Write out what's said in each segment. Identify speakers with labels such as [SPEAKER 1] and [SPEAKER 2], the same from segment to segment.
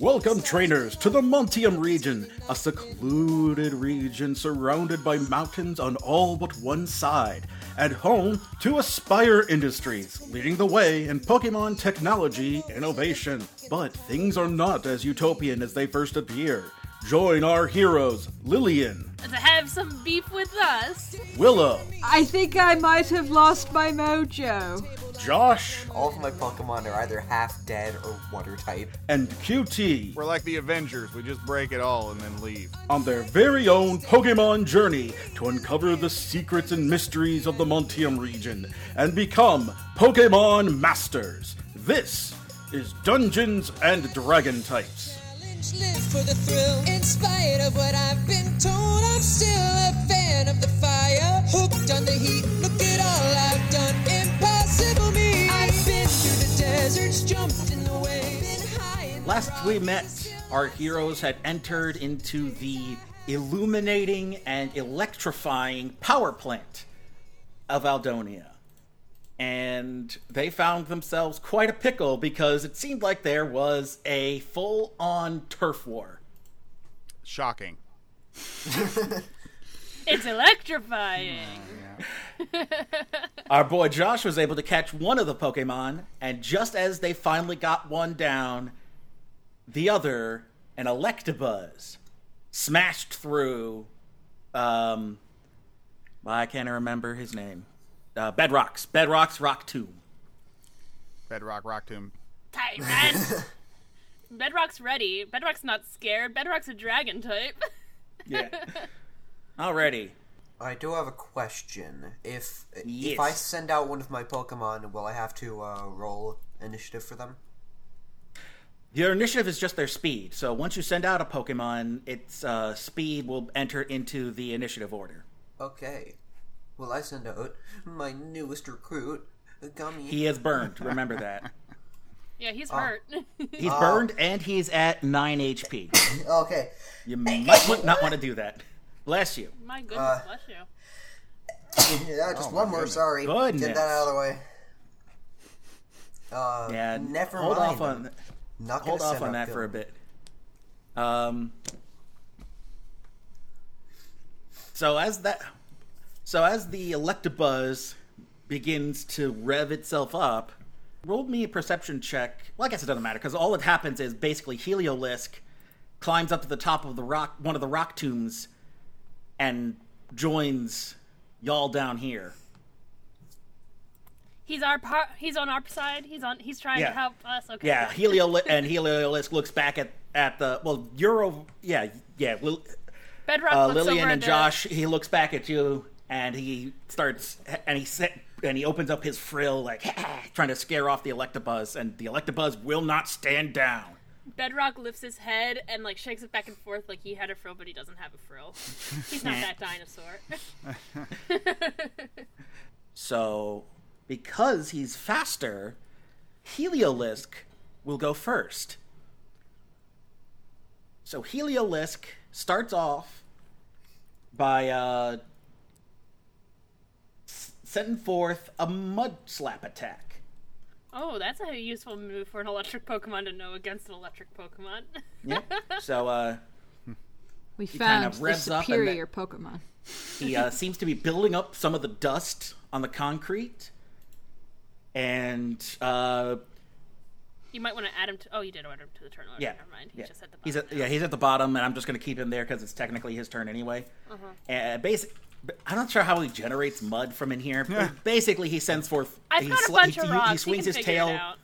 [SPEAKER 1] Welcome, trainers, to the Montium region, a secluded region surrounded by mountains on all but one side, and home to Aspire Industries, leading the way in Pokemon technology innovation. But things are not as utopian as they first appear. Join our heroes, Lillian,
[SPEAKER 2] to have some beef with us.
[SPEAKER 1] Willow,
[SPEAKER 3] I think I might have lost my mojo.
[SPEAKER 1] Josh,
[SPEAKER 4] All of my Pokemon are either half dead or water type.
[SPEAKER 1] and QT.
[SPEAKER 5] We're like the Avengers. We just break it all and then leave.
[SPEAKER 1] on their very own Pokemon journey to uncover the secrets and mysteries of the Montium region and become Pokemon Masters. This is Dungeons and Dragon Types.
[SPEAKER 6] Challenge, live for the thrill. In spite of what I've been told, I'm still a fan of the fire. Hooked on the heat, look at all I've done. Impossible me. I've been through the deserts, jumped in the waves. Been high in the
[SPEAKER 7] Last we
[SPEAKER 6] wrong,
[SPEAKER 7] met,
[SPEAKER 6] still
[SPEAKER 7] our heroes had entered into the illuminating and electrifying power plant of Aldonia. And they found themselves quite a pickle because it seemed like there was a full on turf war.
[SPEAKER 5] Shocking.
[SPEAKER 2] It's electrifying.
[SPEAKER 7] Our boy Josh was able to catch one of the Pokemon, and just as they finally got one down, the other, an Electabuzz, smashed through. Um, I can't remember his name. Uh, Bedrock's Bedrock's Rock Tomb.
[SPEAKER 5] Bedrock rocked him.
[SPEAKER 7] Mm.
[SPEAKER 2] Tyran. Bedrock's ready. Bedrock's not scared. Bedrock's a dragon type.
[SPEAKER 7] Yeah. Already,
[SPEAKER 4] I do have a question. If
[SPEAKER 7] Yes.
[SPEAKER 4] if I send out one of my Pokemon, will I have to uh, roll initiative for them?
[SPEAKER 7] Your initiative is just their speed. So once you send out a Pokemon, its uh, speed will enter into the initiative order.
[SPEAKER 4] Okay. Will I send out my newest recruit, Gummy?
[SPEAKER 7] He is burned. Remember that.
[SPEAKER 2] yeah, he's
[SPEAKER 7] Oh.
[SPEAKER 2] hurt.
[SPEAKER 7] He's burned and he's at 9 HP.
[SPEAKER 4] Okay.
[SPEAKER 7] You might wa- not want to do that. Bless you.
[SPEAKER 2] My goodness,
[SPEAKER 7] Uh.
[SPEAKER 2] bless you.
[SPEAKER 4] yeah, Uh, just one more. Sorry. Get
[SPEAKER 7] Oh
[SPEAKER 4] that
[SPEAKER 7] Goodness.
[SPEAKER 4] out of the way. Uh,
[SPEAKER 7] Yeah,
[SPEAKER 4] never
[SPEAKER 7] hold
[SPEAKER 4] mind.
[SPEAKER 7] off on
[SPEAKER 4] Not gonna
[SPEAKER 7] hold off
[SPEAKER 4] send
[SPEAKER 7] on
[SPEAKER 4] out
[SPEAKER 7] that for a
[SPEAKER 4] Gummy.
[SPEAKER 7] bit. Um. So as that, so as the Electabuzz begins to rev itself up, roll me a perception check. Well, I guess it doesn't matter because all that happens is basically Heliolisk climbs up to the top of the rock, one of the rock tombs, and joins y'all down here.
[SPEAKER 2] He's our par- He's on our side. He's on. He's trying
[SPEAKER 7] Yeah.
[SPEAKER 2] to help us. Okay.
[SPEAKER 7] Yeah, Helio and Heliolisk looks back at at the well Euro. Yeah, yeah. Lil,
[SPEAKER 2] Bedrock
[SPEAKER 7] uh,
[SPEAKER 2] looks
[SPEAKER 7] Lillian
[SPEAKER 2] over
[SPEAKER 7] and
[SPEAKER 2] at
[SPEAKER 7] Josh. He looks back at you and he starts and he set, and he opens up his frill like trying to scare off the Electabuzz, and the Electabuzz will not stand down.
[SPEAKER 2] The- Bedrock lifts his head and like shakes it back and forth like he had a frill, but he doesn't have a frill. He's not that dinosaur.
[SPEAKER 7] So because he's faster, Heliolisk will go first. So Heliolisk starts off by uh, s- setting forth a mud slap attack.
[SPEAKER 2] oh, that's a useful move for an electric Pokemon to know against an electric Pokemon.
[SPEAKER 7] Yeah. so uh,
[SPEAKER 3] We
[SPEAKER 7] kind
[SPEAKER 3] found
[SPEAKER 7] of
[SPEAKER 3] the
[SPEAKER 7] revs up and
[SPEAKER 3] superior Pokemon.
[SPEAKER 7] he uh, seems to be building up some of the dust on the concrete, and uh,
[SPEAKER 2] you might want to add him to. Oh, you did order him to the turn order.
[SPEAKER 7] Yeah.
[SPEAKER 2] Never mind. He
[SPEAKER 7] yeah.
[SPEAKER 2] just at the
[SPEAKER 7] He's
[SPEAKER 2] bottom
[SPEAKER 7] at, yeah, he's at the bottom, and I'm just going to keep him there because it's technically his turn anyway.
[SPEAKER 2] Uh-huh.
[SPEAKER 7] And basic, I'm not sure how he generates mud from in here. But basically, he sends forth.
[SPEAKER 2] I've
[SPEAKER 7] he
[SPEAKER 2] got a
[SPEAKER 7] sli-
[SPEAKER 2] bunch
[SPEAKER 7] he,
[SPEAKER 2] of
[SPEAKER 7] he-
[SPEAKER 2] rocks.
[SPEAKER 7] He swings
[SPEAKER 2] he can
[SPEAKER 7] his
[SPEAKER 2] figure
[SPEAKER 7] tail.
[SPEAKER 2] It out.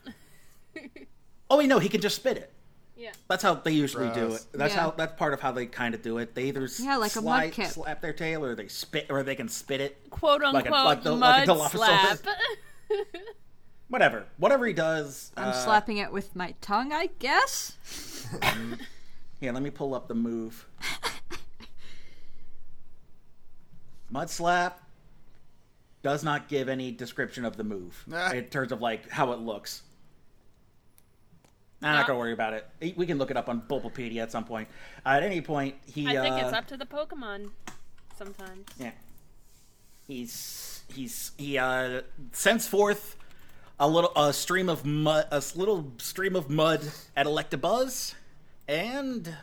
[SPEAKER 7] Oh, wait, no, he can just spit it.
[SPEAKER 2] Yeah.
[SPEAKER 7] That's how they usually do
[SPEAKER 5] Gross.
[SPEAKER 7] it. That's
[SPEAKER 3] Yeah.
[SPEAKER 7] how that's part of how they kind of do it. They either
[SPEAKER 3] Yeah, like a mud
[SPEAKER 7] slide,
[SPEAKER 3] kip.
[SPEAKER 7] slap their tail, or they spit, or they can spit it.
[SPEAKER 2] quote
[SPEAKER 7] Like
[SPEAKER 2] unquote
[SPEAKER 7] a- like the- like a
[SPEAKER 2] mud
[SPEAKER 7] Dilophosaurus.
[SPEAKER 2] slap.
[SPEAKER 7] Whatever, whatever he does.
[SPEAKER 3] I'm
[SPEAKER 7] uh,
[SPEAKER 3] slapping it with my tongue, I guess.
[SPEAKER 7] Here, let me pull up the move. Mud slap does not give any description of the move
[SPEAKER 5] Nah.
[SPEAKER 7] in terms of like how it looks. I'm not gonna worry about it. We can look it up on Bulbapedia at some point. at any point, he
[SPEAKER 2] I think
[SPEAKER 7] uh,
[SPEAKER 2] it's up to the Pokemon sometimes.
[SPEAKER 7] yeah. He's he's he uh sends forth a little a stream of mud, a s- little stream of mud at Electabuzz, and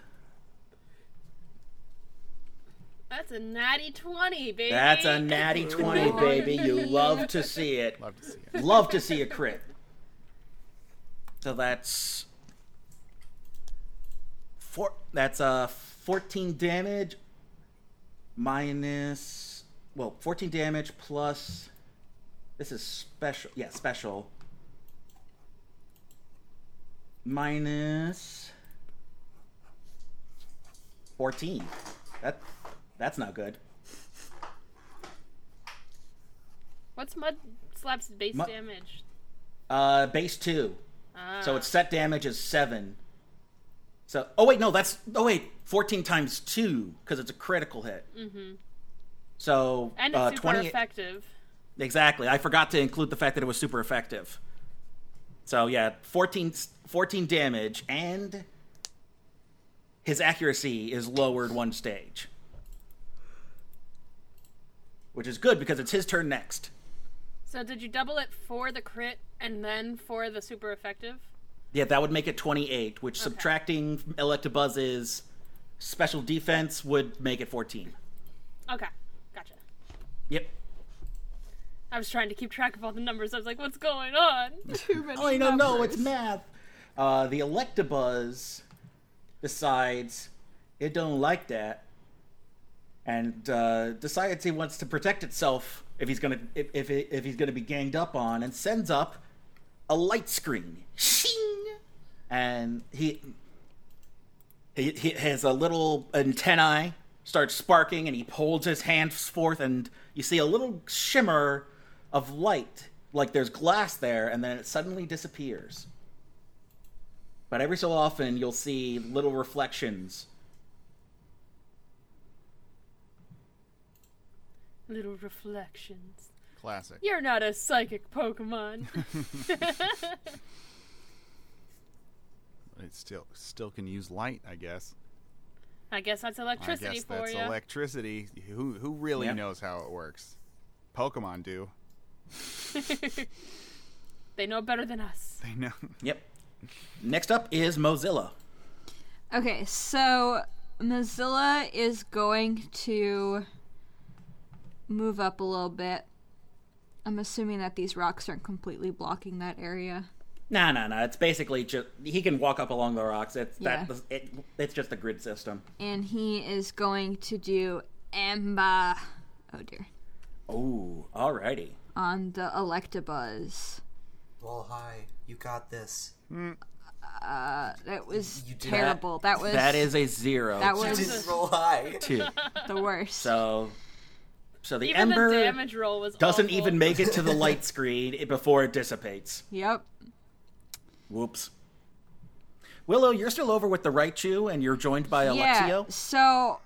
[SPEAKER 2] That's a natty 20, baby.
[SPEAKER 7] that's a natty twenty, baby. You love to see it.
[SPEAKER 5] Love to see it.
[SPEAKER 7] Love to see a crit. So that's four. That's uh fourteen damage minus well fourteen damage plus. This is special. Yeah, special. Minus fourteen. That that's not good.
[SPEAKER 2] What's Mud Slap's base
[SPEAKER 7] Mud-
[SPEAKER 2] damage?
[SPEAKER 7] Uh, base two.
[SPEAKER 2] Ah.
[SPEAKER 7] So its set damage is seven. So oh wait no that's oh wait fourteen times two because it's a critical hit. Mm-hmm. So
[SPEAKER 2] and it's
[SPEAKER 7] uh,
[SPEAKER 2] super
[SPEAKER 7] 20
[SPEAKER 2] effective.
[SPEAKER 7] exactly. I forgot to include the fact that it was super effective. So yeah, 14, 14 damage and his accuracy is lowered one stage, which is good because it's his turn next.
[SPEAKER 2] So did you double it for the crit and then for the super effective?
[SPEAKER 7] Yeah, that would make it 28, which subtracting Electabuzz's special defense would make it 14.
[SPEAKER 2] Okay, gotcha.
[SPEAKER 7] Yep.
[SPEAKER 2] I was trying to keep track of all the numbers. I was like, what's going on?
[SPEAKER 3] Too
[SPEAKER 2] Oh,
[SPEAKER 3] many
[SPEAKER 7] I don't know, it's
[SPEAKER 3] numbers.
[SPEAKER 7] math. Uh, the Electabuzz decides it don't like that and uh, decides he wants to protect itself if he's gonna if, if, if he's gonna be ganged up on and sends up a light screen. Shing! And he, he, he has a little antennae starts sparking and he holds his hands forth and you see a little shimmer of light like there's glass there and then it suddenly disappears. But every so often you'll see little reflections.
[SPEAKER 2] Little reflections.
[SPEAKER 5] Classic.
[SPEAKER 2] You're not a psychic Pokemon.
[SPEAKER 5] It still still can use light, I guess.
[SPEAKER 2] I guess that's
[SPEAKER 5] I
[SPEAKER 2] electricity
[SPEAKER 5] guess
[SPEAKER 2] for
[SPEAKER 5] that's
[SPEAKER 2] you.
[SPEAKER 5] electricity. Who who really
[SPEAKER 7] Yeah.
[SPEAKER 5] knows how it works? Pokemon do.
[SPEAKER 2] they know better than us.
[SPEAKER 5] They know.
[SPEAKER 7] Yep. Next up is Mozilla.
[SPEAKER 3] Okay, so Mozilla is going to move up a little bit. I'm assuming that these rocks aren't completely blocking that area.
[SPEAKER 7] Nah, nah, nah. It's basically just he can walk up along the rocks. It's
[SPEAKER 3] Yeah.
[SPEAKER 7] that it, it's just a grid system.
[SPEAKER 3] And he is going to do Emba. Oh dear.
[SPEAKER 7] Oh, alrighty.
[SPEAKER 3] On the Electabuzz.
[SPEAKER 4] Well, hi. You got this.
[SPEAKER 3] That was
[SPEAKER 4] You did
[SPEAKER 3] terrible. That, was
[SPEAKER 7] That is a zero.
[SPEAKER 3] that
[SPEAKER 4] You
[SPEAKER 3] was
[SPEAKER 4] didn't roll high.
[SPEAKER 7] two.
[SPEAKER 3] the worst.
[SPEAKER 7] So, so the
[SPEAKER 2] Even
[SPEAKER 7] ember
[SPEAKER 2] the damage roll was
[SPEAKER 7] doesn't
[SPEAKER 2] awful.
[SPEAKER 7] even make it to the light screen it- before it dissipates.
[SPEAKER 3] Yep.
[SPEAKER 7] Whoops. Willow, you're still over with the Raichu, and you're joined by
[SPEAKER 3] Yeah.
[SPEAKER 7] Alexio.
[SPEAKER 3] So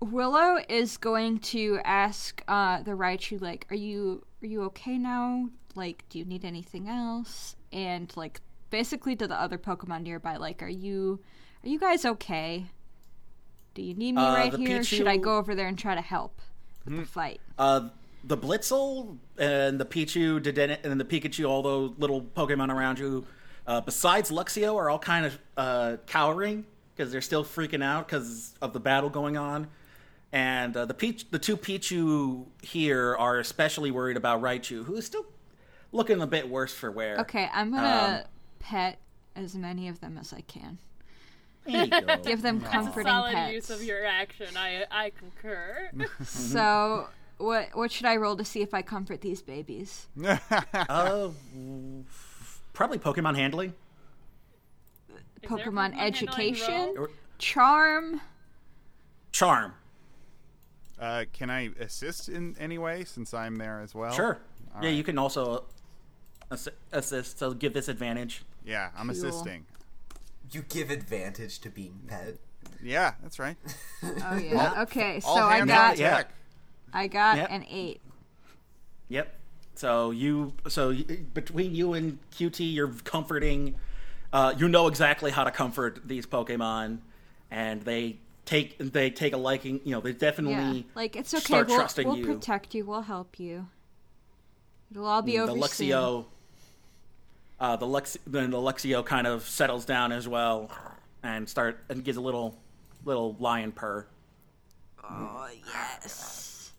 [SPEAKER 3] Willow is going to ask uh, the Raichu, like, "Are you are you okay now? Like, do you need anything else?" And like, basically to the other Pokemon nearby, like, "Are you are you guys okay? Do you need me
[SPEAKER 7] Uh,
[SPEAKER 3] right
[SPEAKER 7] the
[SPEAKER 3] here? or Should I
[SPEAKER 7] Pichu-
[SPEAKER 3] go over there and try to help with the fight?"
[SPEAKER 7] Uh, the Blitzel and the Pichu, Dedenne, and the Pikachu, all those little Pokemon around you, uh, besides Luxio, are all kind of uh, cowering because they're still freaking out because of the battle going on. And uh, the Peach, the two Pichu here are especially worried about Raichu, who is still looking a bit worse for wear.
[SPEAKER 3] Okay, I'm gonna
[SPEAKER 7] um,
[SPEAKER 3] pet as many of them as I can.
[SPEAKER 7] There you go.
[SPEAKER 3] Give them comforting
[SPEAKER 2] solid
[SPEAKER 3] pets.
[SPEAKER 2] use of your action. I I concur.
[SPEAKER 3] So, what what should I roll to see if I comfort these babies?
[SPEAKER 7] Uh, probably Pokemon handling.
[SPEAKER 2] Is there a
[SPEAKER 3] Pokemon
[SPEAKER 2] handling
[SPEAKER 3] education,
[SPEAKER 2] roll?
[SPEAKER 7] Or-
[SPEAKER 3] charm.
[SPEAKER 7] Charm.
[SPEAKER 5] Uh, can I assist in any way since I'm there as well?
[SPEAKER 7] Sure.
[SPEAKER 5] Oh, All
[SPEAKER 7] yeah,
[SPEAKER 5] right.
[SPEAKER 7] you can also ass- assist. So give this advantage.
[SPEAKER 5] Yeah, I'm assisting.
[SPEAKER 4] You give advantage to being pet.
[SPEAKER 5] Yeah, that's right.
[SPEAKER 3] Oh yeah. Okay, so
[SPEAKER 5] All
[SPEAKER 3] I
[SPEAKER 5] hands
[SPEAKER 3] got
[SPEAKER 5] on deck.
[SPEAKER 3] I got
[SPEAKER 7] Yeah.
[SPEAKER 3] an eight.
[SPEAKER 7] Yep. So you, so y- between you and QT, you're comforting. Uh, you know exactly how to comfort these Pokemon, and they take they take a liking. You know, they
[SPEAKER 3] Yeah,
[SPEAKER 7] definitely
[SPEAKER 3] like it's okay.
[SPEAKER 7] start
[SPEAKER 3] we'll
[SPEAKER 7] trusting
[SPEAKER 3] we'll
[SPEAKER 7] you. Mm,
[SPEAKER 3] protect you. We'll help you. It'll all be
[SPEAKER 7] the
[SPEAKER 3] over soon.
[SPEAKER 7] Luxio Uh, the Lux- then the Luxio kind of settles down as well, and start and gives a little little lion purr
[SPEAKER 3] Oh, yes.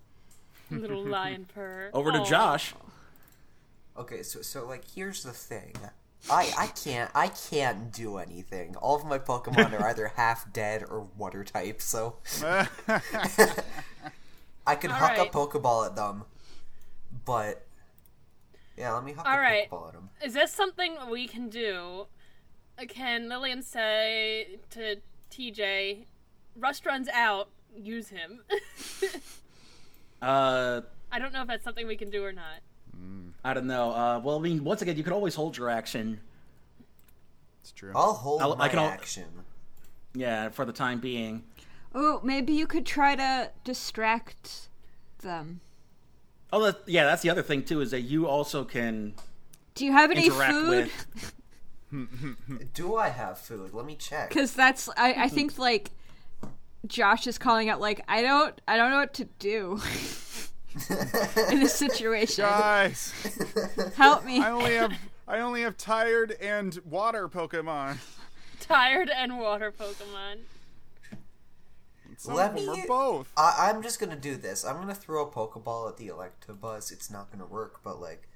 [SPEAKER 2] Little lion purr. Oh.
[SPEAKER 7] over to
[SPEAKER 2] Aw.
[SPEAKER 7] Josh.
[SPEAKER 4] Okay, so so like here's the thing. I I can't I can't do anything. All of my Pokemon are either half dead or water type, so I could huck
[SPEAKER 2] Alright.
[SPEAKER 4] a Pokeball at them. But yeah, let me huck a
[SPEAKER 2] Alright.
[SPEAKER 4] Pokeball at them.
[SPEAKER 2] Is this something we can do? Can Lillian say to TJ, Rust runs out, use him?
[SPEAKER 7] Uh,
[SPEAKER 2] I don't know if that's something we can do or not.
[SPEAKER 7] I don't know. Uh, well, I mean, once again, you could always hold your action.
[SPEAKER 5] It's true.
[SPEAKER 4] I'll hold
[SPEAKER 7] I'll- I
[SPEAKER 4] my
[SPEAKER 7] can al-
[SPEAKER 4] action.
[SPEAKER 7] Yeah, for the time being.
[SPEAKER 3] Oh, maybe you could try to distract them.
[SPEAKER 7] Oh, that, yeah, that's the other thing too is that you also can
[SPEAKER 3] Do you have any
[SPEAKER 7] interact
[SPEAKER 3] food?
[SPEAKER 7] with.
[SPEAKER 4] Do I have food? Let me check.
[SPEAKER 3] Because that's I, I think like Josh is calling out like I don't I don't know what to do in this situation.
[SPEAKER 5] Guys,
[SPEAKER 3] Help me.
[SPEAKER 5] I only have I only have tired and water Pokemon.
[SPEAKER 2] Tired and water Pokemon.
[SPEAKER 5] Some
[SPEAKER 4] Let
[SPEAKER 5] of them
[SPEAKER 4] me-
[SPEAKER 5] are both.
[SPEAKER 7] Uh,
[SPEAKER 4] I, I'm just gonna do this. I'm gonna throw a Pokeball at the Electabuzz. It's not gonna work, but like,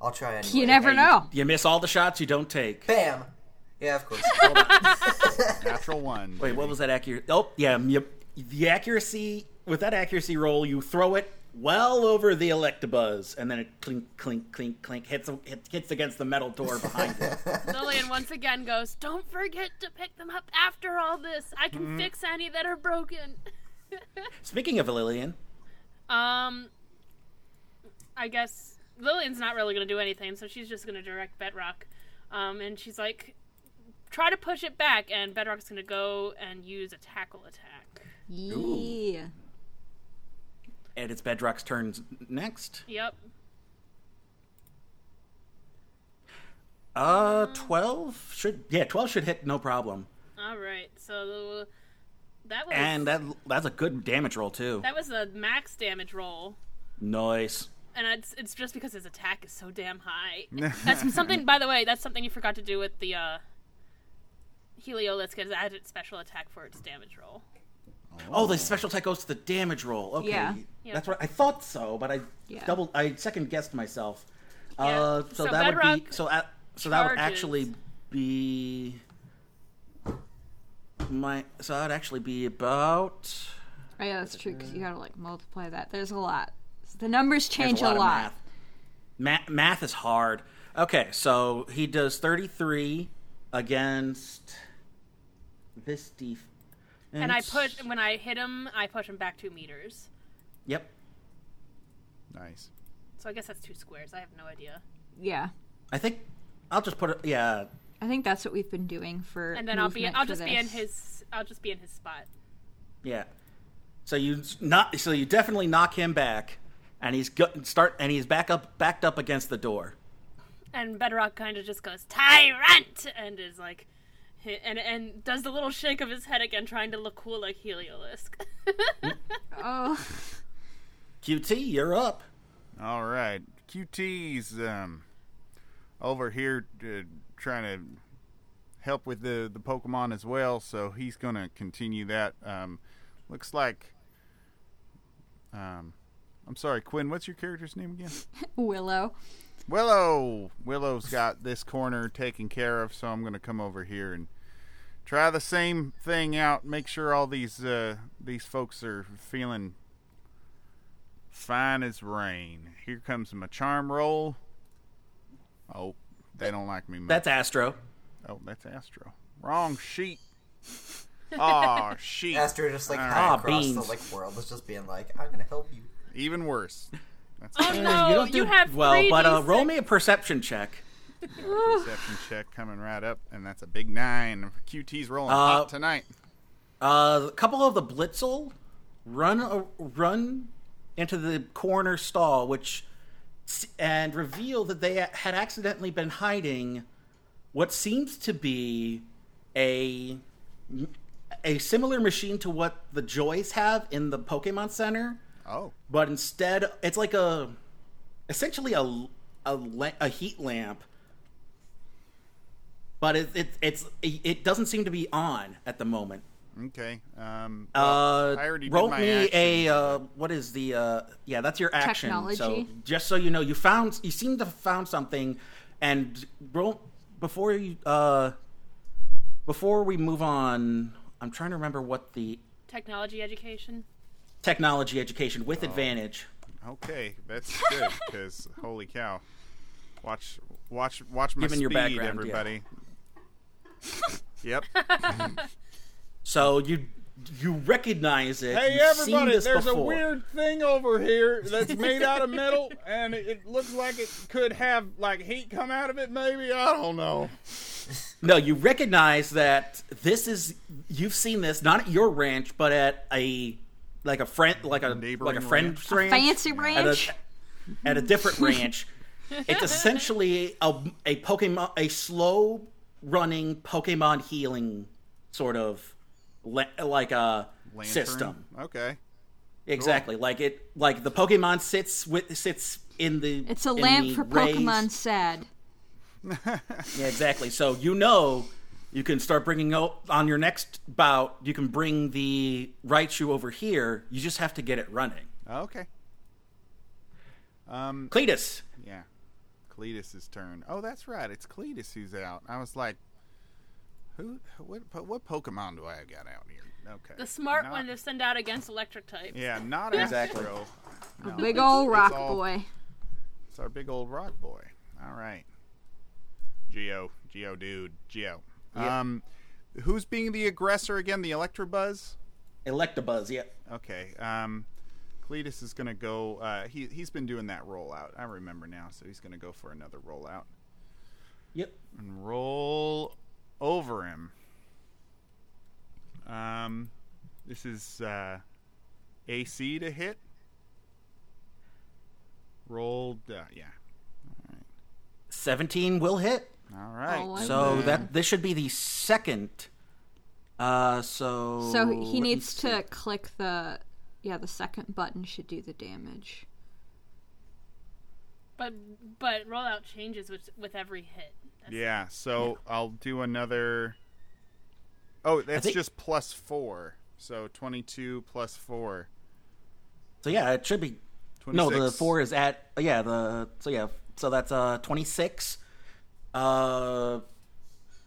[SPEAKER 4] I'll try anyway.
[SPEAKER 3] you never know.
[SPEAKER 7] You miss all the shots you don't take.
[SPEAKER 4] Bam. Yeah, of course.
[SPEAKER 5] Natural one.
[SPEAKER 7] Wait, what was that accuracy? Oh, yeah, you, the accuracy with that accuracy roll, you throw it well over the Electabuzz, and then it clink, clink, clink, clink hits hits- hits against the metal door behind it.
[SPEAKER 2] Lillian once again goes, Don't forget to pick them up after all this. I
[SPEAKER 7] Mm-hmm.
[SPEAKER 2] can fix any that are broken.
[SPEAKER 7] Speaking of Lillian,
[SPEAKER 2] Um, I guess Lillian's not really going to do anything, so she's just going to direct Bedrock. Um, and she's like, try to push it back, and Bedrock's going to go and use a tackle attack.
[SPEAKER 3] Yeah.
[SPEAKER 7] and it's Bedrock's turns next.
[SPEAKER 2] Yep.
[SPEAKER 7] Uh, twelve should yeah, twelve should hit no problem,
[SPEAKER 2] All right. So that was
[SPEAKER 7] and that that's a good damage roll too.
[SPEAKER 2] that was a max damage roll.
[SPEAKER 7] Nice.
[SPEAKER 2] And it's, it's just because his attack is so damn high. that's something, by the way, that's something you forgot to do with the uh, Heliolitz, because add its special attack for its damage roll.
[SPEAKER 7] Oh, the special attack goes to the damage roll. Okay,
[SPEAKER 3] Yeah.
[SPEAKER 2] Yeah.
[SPEAKER 7] that's right. I thought so, but I
[SPEAKER 3] Yeah.
[SPEAKER 7] double I second guessed myself.
[SPEAKER 2] Yeah.
[SPEAKER 7] Uh,
[SPEAKER 2] So
[SPEAKER 7] so, that would be
[SPEAKER 2] Bedrock
[SPEAKER 7] so a so that would
[SPEAKER 2] charges.
[SPEAKER 7] actually be my so that would actually be about
[SPEAKER 3] Oh, yeah, that's true because you gotta like multiply that. There's a lot. The numbers
[SPEAKER 7] there's
[SPEAKER 3] change
[SPEAKER 7] a lot, of math. Ma- math is hard. Okay, so he does thirty three against this def.
[SPEAKER 2] And I push when I hit him, I push him back two meters.
[SPEAKER 7] Yep.
[SPEAKER 5] Nice.
[SPEAKER 2] So I guess that's two squares. I have no idea.
[SPEAKER 3] Yeah,
[SPEAKER 7] I think I'll just put it. Yeah.
[SPEAKER 3] I think that's what we've been doing for.
[SPEAKER 2] And then I'll be
[SPEAKER 3] movement
[SPEAKER 2] I'll
[SPEAKER 3] for
[SPEAKER 2] just be in
[SPEAKER 3] this.
[SPEAKER 2] his I'll just be in his spot.
[SPEAKER 7] Yeah. So you s- not so you definitely knock him back, and he's go, start and he's back up backed up against the door.
[SPEAKER 2] And Bedrock kind of just goes tyrant and is like, hi- and and does the little shake of his head again, trying to look cool like Heliolisk.
[SPEAKER 3] Oh,
[SPEAKER 7] QT, you're up.
[SPEAKER 5] All right, QT's um, over here uh, trying to help with the the Pokemon as well, so he's gonna continue that. Um, looks like. Um, I'm sorry, Quinn. What's your character's name again?
[SPEAKER 3] Willow.
[SPEAKER 5] Willow. Willow's got this corner taken care of, so I'm gonna come over here and try the same thing out. Make sure all these uh, these folks are feeling fine as rain. Here comes my charm roll. Oh, they don't like me much.
[SPEAKER 7] That's Astro.
[SPEAKER 5] oh, that's Astro. Wrong sheet. Oh, sheet.
[SPEAKER 4] Astro just like
[SPEAKER 5] All
[SPEAKER 4] right.
[SPEAKER 7] Ah,
[SPEAKER 4] across
[SPEAKER 7] beans.
[SPEAKER 4] the like world is just being like, I'm gonna help you.
[SPEAKER 5] Even worse.
[SPEAKER 2] oh no! You, have
[SPEAKER 7] well,
[SPEAKER 2] three
[SPEAKER 7] but uh,
[SPEAKER 2] D6.
[SPEAKER 7] roll me a perception check.
[SPEAKER 5] Perception check coming right up, and that's a big nine. QT's rolling
[SPEAKER 7] Uh,
[SPEAKER 5] hot tonight.
[SPEAKER 7] Uh, a couple of the Blitzel run a, run into the corner stall, which s- and reveal that they had accidentally been hiding what seems to be a a similar machine to what the Joys have in the Pokemon Center,
[SPEAKER 5] Oh.
[SPEAKER 7] but instead it's like a essentially a a, la- a heat lamp but it, it it's it doesn't seem to be on at the moment.
[SPEAKER 5] Okay. Um,
[SPEAKER 7] Uh,
[SPEAKER 5] I already did
[SPEAKER 7] wrote
[SPEAKER 5] my
[SPEAKER 7] me a
[SPEAKER 5] action.
[SPEAKER 7] uh, what is the uh, yeah that's your action. So
[SPEAKER 3] Technology.
[SPEAKER 7] just so you know, you found you seem to have found something, and wrote before you uh, before we move on. I'm trying to remember what the
[SPEAKER 2] Technology education.
[SPEAKER 7] technology education with advantage.
[SPEAKER 5] okay, that's good because holy cow! Watch, watch, watch my
[SPEAKER 7] Given your
[SPEAKER 5] speed,
[SPEAKER 7] background, yeah.
[SPEAKER 5] everybody. yep.
[SPEAKER 7] So you you recognize it.
[SPEAKER 8] Hey
[SPEAKER 7] You've
[SPEAKER 8] everybody,
[SPEAKER 7] seen this
[SPEAKER 8] there's a
[SPEAKER 7] before.
[SPEAKER 8] weird thing over here that's made out of metal and it, it looks like it could have like heat come out of it maybe. I don't know.
[SPEAKER 7] No, you recognize that this is you've seen this not at your ranch, but at a like a friend like a
[SPEAKER 5] Neighboring
[SPEAKER 7] like a friend's ranch,
[SPEAKER 3] Fancy
[SPEAKER 7] at a
[SPEAKER 3] ranch.
[SPEAKER 7] at a different ranch. it's essentially a a Pokemon a slow running Pokemon healing sort of le- like a
[SPEAKER 5] Lantern.
[SPEAKER 7] system.
[SPEAKER 5] Okay.
[SPEAKER 7] Exactly. Like it like the Pokemon sits with sits in the
[SPEAKER 3] It's a
[SPEAKER 7] in
[SPEAKER 3] lamp
[SPEAKER 7] the
[SPEAKER 3] for
[SPEAKER 7] rays.
[SPEAKER 3] Pokemon sad.
[SPEAKER 7] Yeah, exactly. So you know you can start bringing o- on your next bout. You can bring the Raichu over here. You just have to get it running.
[SPEAKER 5] Okay. Um.
[SPEAKER 7] Cletus,
[SPEAKER 5] Yeah. Cletus's turn. Oh, that's right. It's Cletus who's out. I was like, who? What? po- What Pokemon do I have got out here? Okay.
[SPEAKER 2] The smart
[SPEAKER 5] Not-
[SPEAKER 2] one to send out against electric types.
[SPEAKER 5] Yeah, not exactly.
[SPEAKER 3] Big old
[SPEAKER 5] it's
[SPEAKER 3] rock
[SPEAKER 5] all-
[SPEAKER 3] boy.
[SPEAKER 5] It's our big old rock boy. All right. Geo, Geo, dude, Geo. Um, who's being the aggressor again? The Electrobuzz.
[SPEAKER 7] Electabuzz. Yeah.
[SPEAKER 5] Okay. Um, Cletus is gonna go. Uh, he he's been doing that rollout. I remember now. So he's gonna go for another rollout
[SPEAKER 7] Yep.
[SPEAKER 5] and roll over him. Um, this is uh, AC to hit. Rolled. Uh, yeah.
[SPEAKER 7] Seventeen will hit.
[SPEAKER 5] All right.
[SPEAKER 3] Oh, I
[SPEAKER 7] So that this should be the second. Uh, so
[SPEAKER 3] So
[SPEAKER 7] let
[SPEAKER 3] he
[SPEAKER 7] me
[SPEAKER 3] needs
[SPEAKER 7] see.
[SPEAKER 3] to click the yeah, the second button should do the damage.
[SPEAKER 2] But but rollout changes with with every hit. That's-
[SPEAKER 5] Yeah, so I'll do another. Oh, that's
[SPEAKER 7] think-
[SPEAKER 5] just plus four. So 22 plus four.
[SPEAKER 7] So yeah, it should be.
[SPEAKER 5] 26.
[SPEAKER 7] No, the four is at uh, yeah the so yeah so that's uh twenty six. Uh,
[SPEAKER 5] Uh.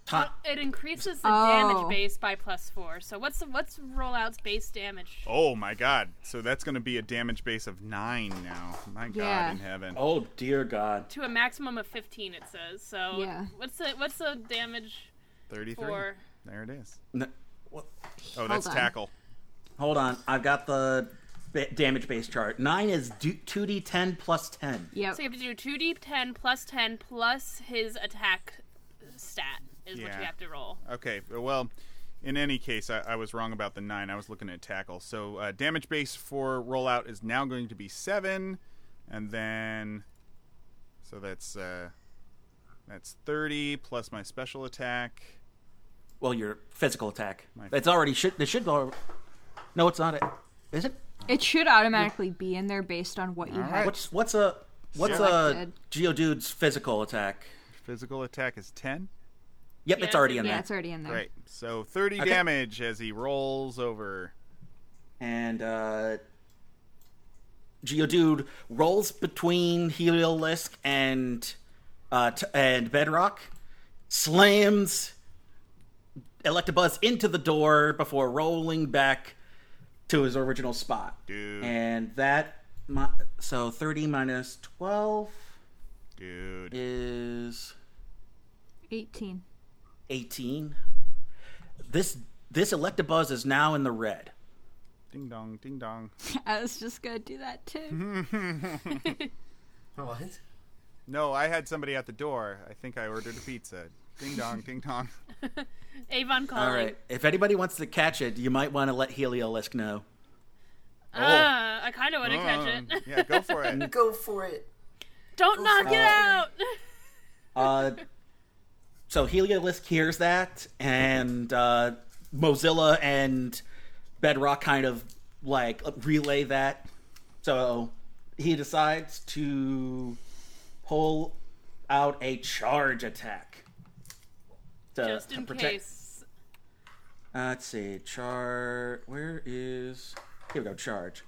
[SPEAKER 7] time.
[SPEAKER 2] It increases the
[SPEAKER 3] Oh.
[SPEAKER 2] damage base by plus four. So what's the, what's rollout's base damage?
[SPEAKER 5] Oh my god. So that's going to be a damage base of nine now. My god
[SPEAKER 3] Yeah.
[SPEAKER 5] in heaven.
[SPEAKER 7] Oh dear God.
[SPEAKER 2] To a maximum of fifteen, it says. So
[SPEAKER 3] Yeah.
[SPEAKER 2] what's the what's the damage
[SPEAKER 5] 33.
[SPEAKER 2] for?
[SPEAKER 5] There it is.
[SPEAKER 7] No, what-
[SPEAKER 5] Oh, that's
[SPEAKER 3] on.
[SPEAKER 5] tackle.
[SPEAKER 7] Hold on, I've got the ba- damage base chart. Nine is two d ten plus ten.
[SPEAKER 3] Yep.
[SPEAKER 2] So you have to do two d ten plus ten plus his attack stat is what
[SPEAKER 5] Yeah.
[SPEAKER 2] you have to roll.
[SPEAKER 5] Okay, well, in any case, I, I was wrong about the nine. I was looking at tackle. So uh, damage base for rollout is now going to be seven, and then so that's uh, that's thirty plus my special attack.
[SPEAKER 7] Well, your physical attack. It's already should. They should go. No, it's not. It is it.
[SPEAKER 3] It should automatically be in there based on what you have.
[SPEAKER 7] What's what's a what's a
[SPEAKER 3] Selected.
[SPEAKER 7] Geodude's physical attack?
[SPEAKER 5] Physical attack is ten.
[SPEAKER 7] Yep,
[SPEAKER 2] Yeah,
[SPEAKER 7] it's already
[SPEAKER 2] it's-
[SPEAKER 7] in
[SPEAKER 3] Yeah,
[SPEAKER 7] there.
[SPEAKER 3] it's already in there.
[SPEAKER 5] Right. So thirty
[SPEAKER 7] Okay.
[SPEAKER 5] damage as he rolls over.
[SPEAKER 7] and uh, Geodude rolls between Heliolisk and uh, t- and Bedrock, slams Electabuzz into the door before rolling back to his original spot.
[SPEAKER 5] Dude.
[SPEAKER 7] And that mi- so thirty minus twelve
[SPEAKER 5] Dude.
[SPEAKER 7] is
[SPEAKER 3] 18.
[SPEAKER 7] 18 this this electabuzz is now in the red
[SPEAKER 5] Ding dong. Ding dong.
[SPEAKER 3] I was just going to do that
[SPEAKER 7] Mm-hmm.
[SPEAKER 3] too.
[SPEAKER 4] What?
[SPEAKER 5] No, I had somebody at the door. I think I ordered a pizza. Ding dong. ding dong.
[SPEAKER 2] Avon calling.
[SPEAKER 7] all right if anybody wants to catch it you might want to let heliolisk know
[SPEAKER 2] Ah, I kind of want to catch
[SPEAKER 5] Um,
[SPEAKER 2] it.
[SPEAKER 5] yeah, go for it.
[SPEAKER 4] Go for it.
[SPEAKER 2] Don't knock it out.
[SPEAKER 7] Uh, so Heliolisk hears that, and uh, Mozilla and Bedrock kind of like relay that. So he decides to pull out a charge attack. to,
[SPEAKER 2] just
[SPEAKER 7] to
[SPEAKER 2] in
[SPEAKER 7] protect.
[SPEAKER 2] case.
[SPEAKER 7] Uh, let's see. Char. Where is? Here we go. Charge.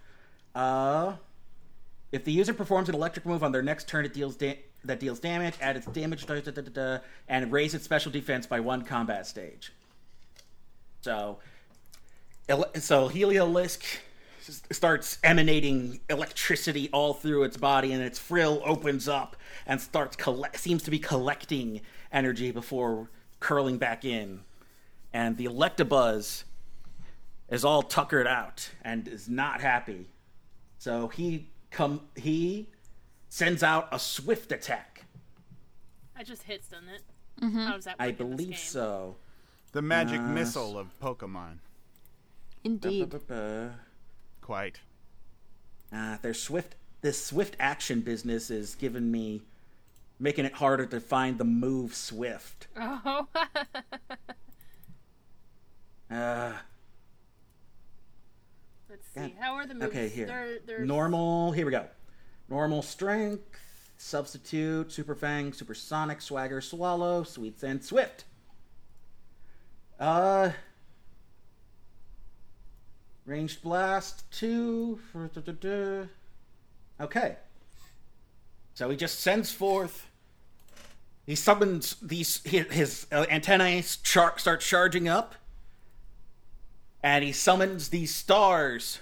[SPEAKER 7] Uh, if the user performs an electric move on their next turn, it deals da- that deals damage. Add its damage da, da, da, da, da, and raise its special defense by one combat stage. So, ele- so Heliolisk s- starts emanating electricity all through its body, and its frill opens up and starts colle- seems to be collecting energy before curling back in and the Electabuzz is all tuckered out and is not happy. So he come he sends out a swift attack.
[SPEAKER 2] I just hits, doesn't it? How does that work
[SPEAKER 7] I
[SPEAKER 2] in this
[SPEAKER 7] believe
[SPEAKER 2] game?
[SPEAKER 7] so.
[SPEAKER 5] The magic missile of Pokemon.
[SPEAKER 3] Indeed.
[SPEAKER 5] Quite.
[SPEAKER 7] Uh, their swift this swift action business is giving me making it harder to find the move swift.
[SPEAKER 2] Oh,
[SPEAKER 7] Uh,
[SPEAKER 2] let's see. How are the moves?
[SPEAKER 7] okay, here.
[SPEAKER 2] They're, they're
[SPEAKER 7] Normal. Here we go. Normal strength, substitute, super fang, supersonic, swagger, swallow, sweets, and swift. Uh, ranged blast two. for- duh, duh, duh. Okay. So he just sends forth. He summons these. His, his uh, antennae char- start charging up, and he summons these stars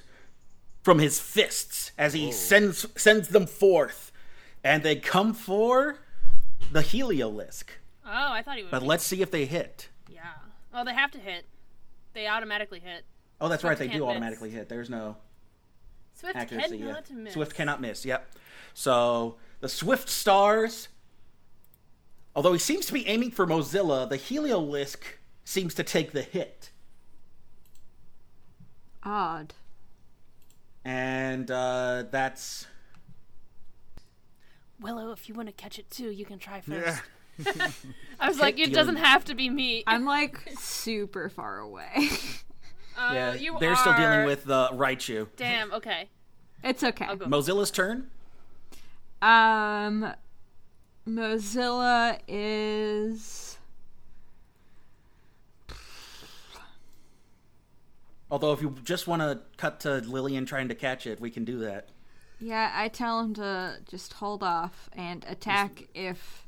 [SPEAKER 7] from his fists as he sends sends them forth, and they come for the Heliolisk.
[SPEAKER 2] Oh, I thought he would.
[SPEAKER 7] But
[SPEAKER 2] be-
[SPEAKER 7] let's see if they hit.
[SPEAKER 2] Yeah. Well, they have to hit. They automatically hit.
[SPEAKER 7] Oh, that's right, they
[SPEAKER 2] can't
[SPEAKER 7] do
[SPEAKER 2] miss.
[SPEAKER 7] automatically hit. There's no
[SPEAKER 2] Swift
[SPEAKER 7] accuracy.
[SPEAKER 2] cannot
[SPEAKER 7] yeah.
[SPEAKER 2] miss.
[SPEAKER 7] Swift cannot miss. Yep. So the Swift Stars, although he seems to be aiming for Mozilla, the Heliolisk seems to take the hit.
[SPEAKER 3] Odd.
[SPEAKER 7] And uh, that's
[SPEAKER 2] Willow, if you want to catch it too, you can try first.
[SPEAKER 5] Yeah.
[SPEAKER 2] I was like, it doesn't have to be me.
[SPEAKER 3] I'm like super far away.
[SPEAKER 2] Uh,
[SPEAKER 7] yeah,
[SPEAKER 2] you
[SPEAKER 7] they're still dealing
[SPEAKER 2] are-
[SPEAKER 7] with uh, Raichu.
[SPEAKER 2] Damn. Okay.
[SPEAKER 3] it's okay.
[SPEAKER 2] go.
[SPEAKER 7] Mozilla's turn.
[SPEAKER 3] Um, Mozilla is
[SPEAKER 7] Although, if you just want to cut to Lillian trying to catch it, we can do that.
[SPEAKER 3] yeah. I tell him to just hold off and attack if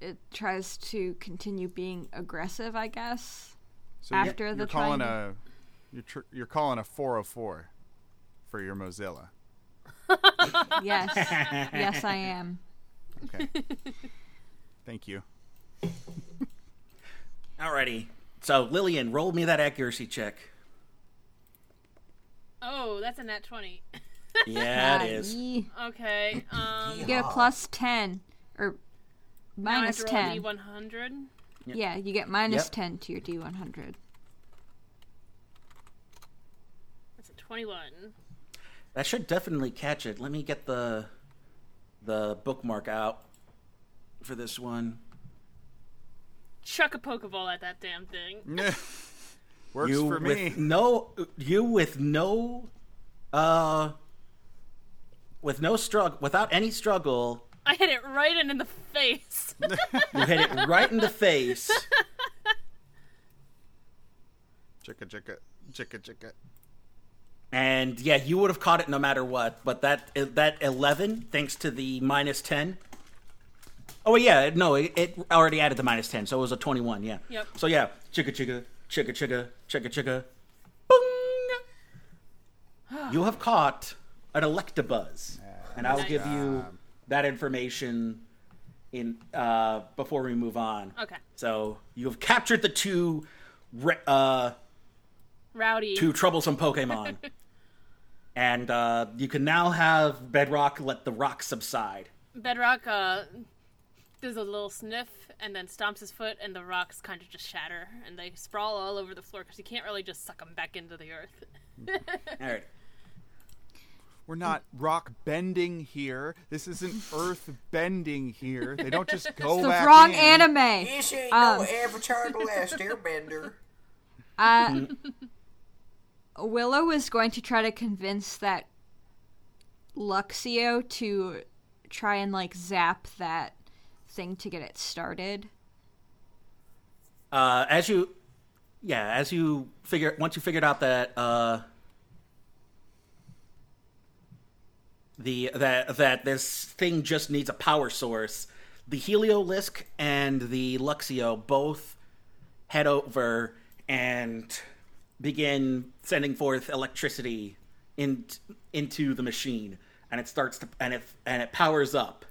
[SPEAKER 3] it tries to continue being aggressive. I guess.
[SPEAKER 5] So you're-
[SPEAKER 3] After
[SPEAKER 5] you're,
[SPEAKER 3] the
[SPEAKER 5] calling
[SPEAKER 3] triangle.
[SPEAKER 5] a you're tr- you're calling a 404 for your Mozilla.
[SPEAKER 3] Yes. yes, I am.
[SPEAKER 5] Okay. Thank you.
[SPEAKER 7] Alrighty. So, Lillian, roll me that accuracy check.
[SPEAKER 2] Oh, that's a nat twenty.
[SPEAKER 7] Yeah,
[SPEAKER 3] Ah,
[SPEAKER 7] it is.
[SPEAKER 3] yee.
[SPEAKER 2] Okay. Um.
[SPEAKER 3] You
[SPEAKER 5] Ah.
[SPEAKER 3] get a plus ten or minus ten.
[SPEAKER 2] One hundred.
[SPEAKER 3] Yeah, you get minus
[SPEAKER 7] Yep.
[SPEAKER 3] ten to your D one hundred.
[SPEAKER 2] That's a twenty-one.
[SPEAKER 7] That should definitely catch it. Let me get the the bookmark out for this one.
[SPEAKER 2] Chuck a pokeball at that damn thing.
[SPEAKER 5] Works
[SPEAKER 7] you
[SPEAKER 5] for me.
[SPEAKER 7] with no you with no uh with no struggle without any struggle,
[SPEAKER 2] I hit it right in the face.
[SPEAKER 7] you hit it right in the face.
[SPEAKER 5] Chicka chicka chicka chicka.
[SPEAKER 7] And yeah, you would have caught it no matter what. But that that eleven, thanks to the minus ten. Oh yeah, no, it, it already added the minus ten, so it was a twenty-one. Yeah.
[SPEAKER 2] Yep.
[SPEAKER 7] So yeah, chicka chicka chicka chicka chicka chicka, boom. you have caught an Electabuzz, and I'll give you that information in uh, before we move on.
[SPEAKER 2] Okay.
[SPEAKER 7] So you have captured the two re- uh,
[SPEAKER 2] Rowdy.
[SPEAKER 7] two troublesome Pokemon. and uh, you can now have Bedrock let the rock subside.
[SPEAKER 2] Bedrock uh, does a little sniff and then stomps his foot, and the rocks kind of just shatter, and they sprawl all over the floor because you can't really just suck them back into the earth.
[SPEAKER 7] All right.
[SPEAKER 5] We're not rock bending here. This isn't earth bending here. They don't just go
[SPEAKER 3] The
[SPEAKER 5] back
[SPEAKER 3] wrong
[SPEAKER 5] in.
[SPEAKER 3] anime.
[SPEAKER 4] This ain't
[SPEAKER 3] Um.
[SPEAKER 4] no Avatar The Last Airbender.
[SPEAKER 3] Uh,
[SPEAKER 7] Mm-hmm.
[SPEAKER 3] Willow is going to try to convince that Luxio to try and like zap that thing to get it started.
[SPEAKER 7] Uh, as you, yeah, as you figure, once you figured out that uh, the that that this thing just needs a power source, the Heliolisk and the Luxio both head over and begin sending forth electricity in, into the machine, and it starts to and it and it powers up.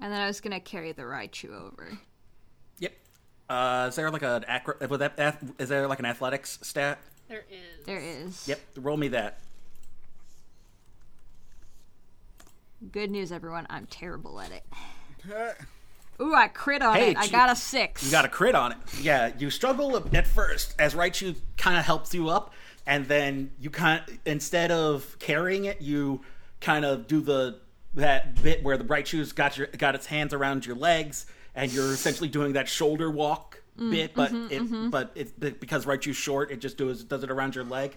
[SPEAKER 3] And then I was gonna carry the Raichu over.
[SPEAKER 7] Yep. Uh, is there like an acro- would that ath- is there like an athletics stat?
[SPEAKER 2] There is.
[SPEAKER 3] There is.
[SPEAKER 7] Yep. Roll me that.
[SPEAKER 3] Good news, everyone. I'm terrible at it.
[SPEAKER 5] Uh,
[SPEAKER 3] Ooh, I crit on
[SPEAKER 7] Hey,
[SPEAKER 3] it. I
[SPEAKER 7] you-
[SPEAKER 3] got a six.
[SPEAKER 7] You got a crit on it. Yeah, you struggle a- at first as Raichu kind of helps you up, and then you kind instead of carrying it, you kind of do the that bit where the Raichu's got your got its hands around your legs, and you're essentially doing that shoulder walk bit, but it but it's be- because Raichu's short, it just does does it around your leg.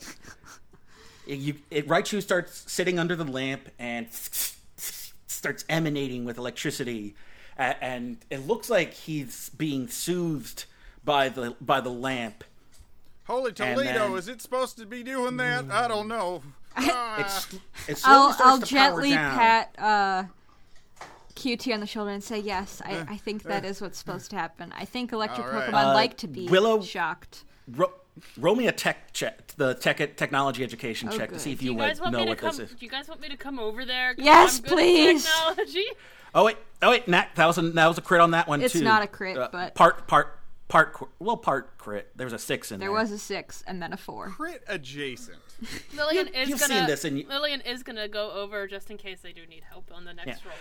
[SPEAKER 7] It, you, it Raichu starts sitting under the lamp and starts emanating with electricity, a- and it looks like he's being soothed by the by the lamp.
[SPEAKER 5] Holy Toledo,
[SPEAKER 7] then-
[SPEAKER 5] is it supposed to be doing that? I don't know. Ah,
[SPEAKER 7] It's, it slowly
[SPEAKER 3] I'll
[SPEAKER 7] starts
[SPEAKER 3] I'll
[SPEAKER 7] to power
[SPEAKER 3] gently
[SPEAKER 7] down.
[SPEAKER 3] pat uh, QT on the shoulder and say, "Yes, I, I think that is what's supposed to happen. I think electric
[SPEAKER 5] Uh, All right.
[SPEAKER 3] Pokemon like to be
[SPEAKER 7] Uh, Willow-
[SPEAKER 3] shocked."
[SPEAKER 7] Ro- roll me a tech check, the tech technology education
[SPEAKER 3] Oh,
[SPEAKER 7] check
[SPEAKER 3] good.
[SPEAKER 7] to see if
[SPEAKER 3] Do
[SPEAKER 7] you,
[SPEAKER 2] You
[SPEAKER 7] like,
[SPEAKER 2] guys want
[SPEAKER 7] know
[SPEAKER 2] me to
[SPEAKER 7] what
[SPEAKER 2] come?
[SPEAKER 7] this is.
[SPEAKER 2] Do you guys want me to come over there? 'Cause
[SPEAKER 3] Yes,
[SPEAKER 2] I'm good at
[SPEAKER 3] please.
[SPEAKER 2] Technology.
[SPEAKER 7] Oh wait, oh wait, Nat, that was a, that was a crit on that one
[SPEAKER 3] It's
[SPEAKER 7] too. Uh,
[SPEAKER 3] not a crit, but-
[SPEAKER 7] part part part cr- well part crit. There was a six in there.
[SPEAKER 3] There was a six and then a four.
[SPEAKER 5] crit adjacent.
[SPEAKER 2] Lillian is
[SPEAKER 7] you've
[SPEAKER 2] gonna.
[SPEAKER 7] seen this and you-
[SPEAKER 2] Lillian is gonna go over just in case they do need help on the next
[SPEAKER 7] Yeah.
[SPEAKER 2] roll.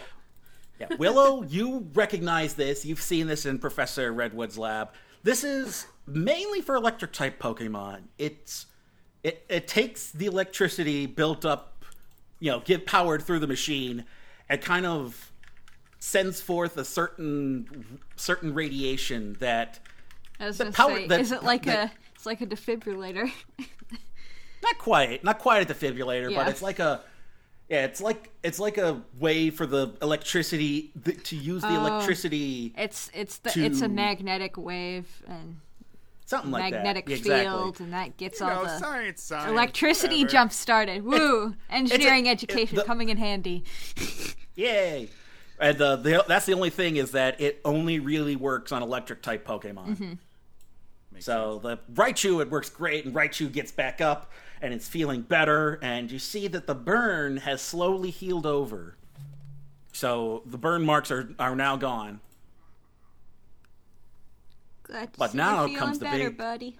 [SPEAKER 7] Yeah, Willow, you recognize this. You've seen this in Professor Redwood's lab. This is mainly for electric type Pokemon. It's it it takes the electricity built up, you know, get powered through the machine, and kind of sends forth a certain certain radiation that
[SPEAKER 3] I was
[SPEAKER 7] The
[SPEAKER 3] gonna
[SPEAKER 7] power-
[SPEAKER 3] say,
[SPEAKER 7] the-
[SPEAKER 3] is it like
[SPEAKER 7] the-
[SPEAKER 3] a it's like a defibrillator?
[SPEAKER 7] not quite not quite a defibrillator but
[SPEAKER 3] Yeah.
[SPEAKER 7] it's like a yeah it's like it's like a way for the electricity th- to use the
[SPEAKER 3] Oh.
[SPEAKER 7] electricity
[SPEAKER 3] It's it's the it's
[SPEAKER 7] To-
[SPEAKER 3] a magnetic wave and
[SPEAKER 7] something like
[SPEAKER 3] magnetic
[SPEAKER 7] that Yeah,
[SPEAKER 3] field, and that gets all
[SPEAKER 5] No,
[SPEAKER 3] the
[SPEAKER 5] science, science.
[SPEAKER 3] electricity
[SPEAKER 5] whatever.
[SPEAKER 3] jump started. Woo! Engineering education
[SPEAKER 7] the-
[SPEAKER 3] coming in handy.
[SPEAKER 7] Yay! And the, the that's the only thing is that it only really works on electric type Pokemon. So the Raichu it works great, and Raichu gets back up and it's feeling better, and you see that the burn has slowly healed over. So the burn marks are are now gone.
[SPEAKER 3] Glad to
[SPEAKER 7] But
[SPEAKER 3] see
[SPEAKER 7] now
[SPEAKER 3] you
[SPEAKER 7] comes
[SPEAKER 3] feeling
[SPEAKER 7] the
[SPEAKER 3] better,
[SPEAKER 7] big-
[SPEAKER 3] buddy.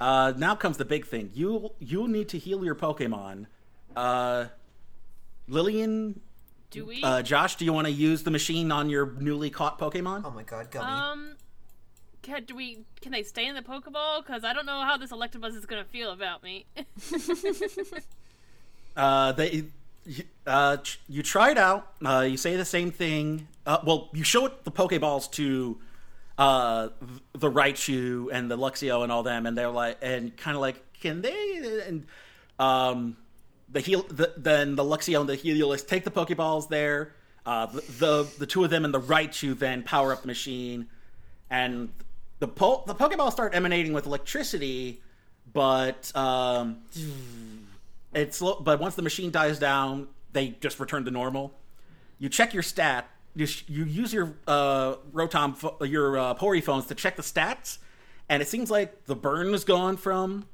[SPEAKER 7] Uh, now comes the big thing. You you need to heal your Pokemon. Uh, Lillian,
[SPEAKER 2] Do we?
[SPEAKER 7] uh, Josh, do you want to use the machine on your newly caught Pokemon?
[SPEAKER 4] Oh my god, Gummy.
[SPEAKER 2] um. Can, do we? Can they stay in the Pokeball? Because I don't know how this Electabuzz is gonna feel about me.
[SPEAKER 7] Uh, they, you- uh, tr- you try it out. Uh, you say the same thing. Uh, well, you show it the Pokeballs to uh, th- the Raichu and the Luxio and all them, and they're like, and kind of like, can they? And um, the heal, the, then the Luxio and the Heliolus take the Pokeballs there. Uh, the, the the two of them and the Raichu then power up the machine, and the po- the Pokeballs start emanating with electricity, but um, it's lo- but once the machine dies down, they just return to normal. You check your stat. You, sh- you use your uh, Rotom, pho- your uh, Pori phones to check the stats, and it seems like the burn was gone from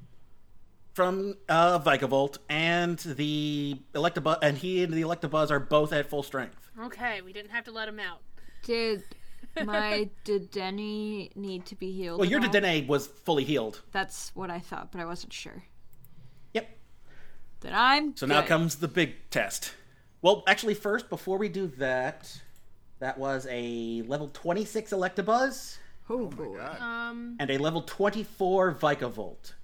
[SPEAKER 7] from uh, Vikavolt, and the Electabuzz, and he and the Electabuzz are both at full strength.
[SPEAKER 2] okay, we didn't have to let him out.
[SPEAKER 3] Did my Dedenne need to be healed?
[SPEAKER 7] Well, your
[SPEAKER 3] at all?
[SPEAKER 7] Dedenne was fully healed.
[SPEAKER 3] That's what I thought, but I wasn't sure.
[SPEAKER 7] Yep.
[SPEAKER 3] Then I'm
[SPEAKER 7] So now
[SPEAKER 3] good.
[SPEAKER 7] comes the big test. Well, actually, first before we do that, that was a level twenty six Electabuzz.
[SPEAKER 3] Oh, boy.
[SPEAKER 2] Um.
[SPEAKER 7] and a level 24 Vikavolt.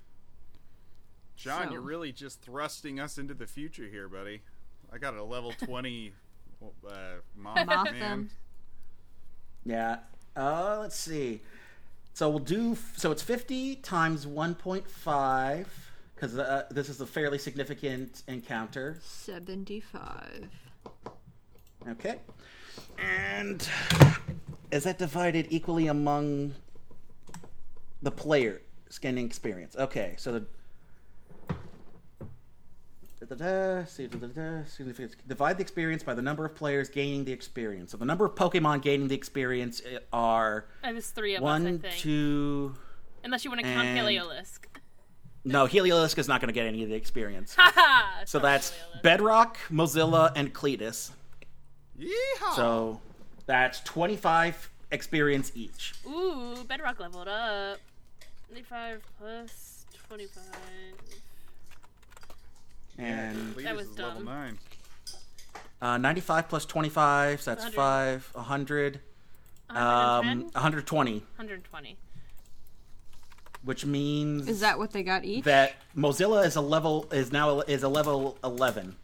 [SPEAKER 5] John,
[SPEAKER 3] So-
[SPEAKER 5] you're really just thrusting us into the future here, buddy. I got a level 20 uh, Mothman.
[SPEAKER 3] Motham.
[SPEAKER 7] Yeah. Uh, let's see. So we'll do. So it's 50 times 1.5 because uh, this is a fairly significant encounter.
[SPEAKER 3] 75.
[SPEAKER 7] Okay. And is that divided equally among the player scanning experience. Okay, so the. Da-da-da, see, da-da-da, see, Divide the experience by the number of players gaining the experience. So the number of Pokemon gaining the experience eh, are
[SPEAKER 2] And there's three of us, I
[SPEAKER 7] one,
[SPEAKER 2] think.
[SPEAKER 7] two.
[SPEAKER 2] Unless you want to count
[SPEAKER 7] and-
[SPEAKER 2] Heliolisk.
[SPEAKER 7] No, Heliolisk is not going to get any of the experience.
[SPEAKER 2] Haha!
[SPEAKER 7] So that's Bedrock, Mozilla, and Cletus.
[SPEAKER 5] Yeehaw!
[SPEAKER 7] So that's 25 experience each.
[SPEAKER 2] Ooh, Bedrock leveled up. 25 plus 25.
[SPEAKER 7] And
[SPEAKER 5] Cletus
[SPEAKER 2] was
[SPEAKER 5] is level
[SPEAKER 2] dumb.
[SPEAKER 5] nine.
[SPEAKER 7] uh, 95 plus 25, so that's
[SPEAKER 2] 100.
[SPEAKER 7] 5, 100, um,
[SPEAKER 2] 110?
[SPEAKER 7] 120,
[SPEAKER 2] 120.
[SPEAKER 7] which means
[SPEAKER 3] Is that what they got each?
[SPEAKER 7] that Mozilla is a level is now is a level 11.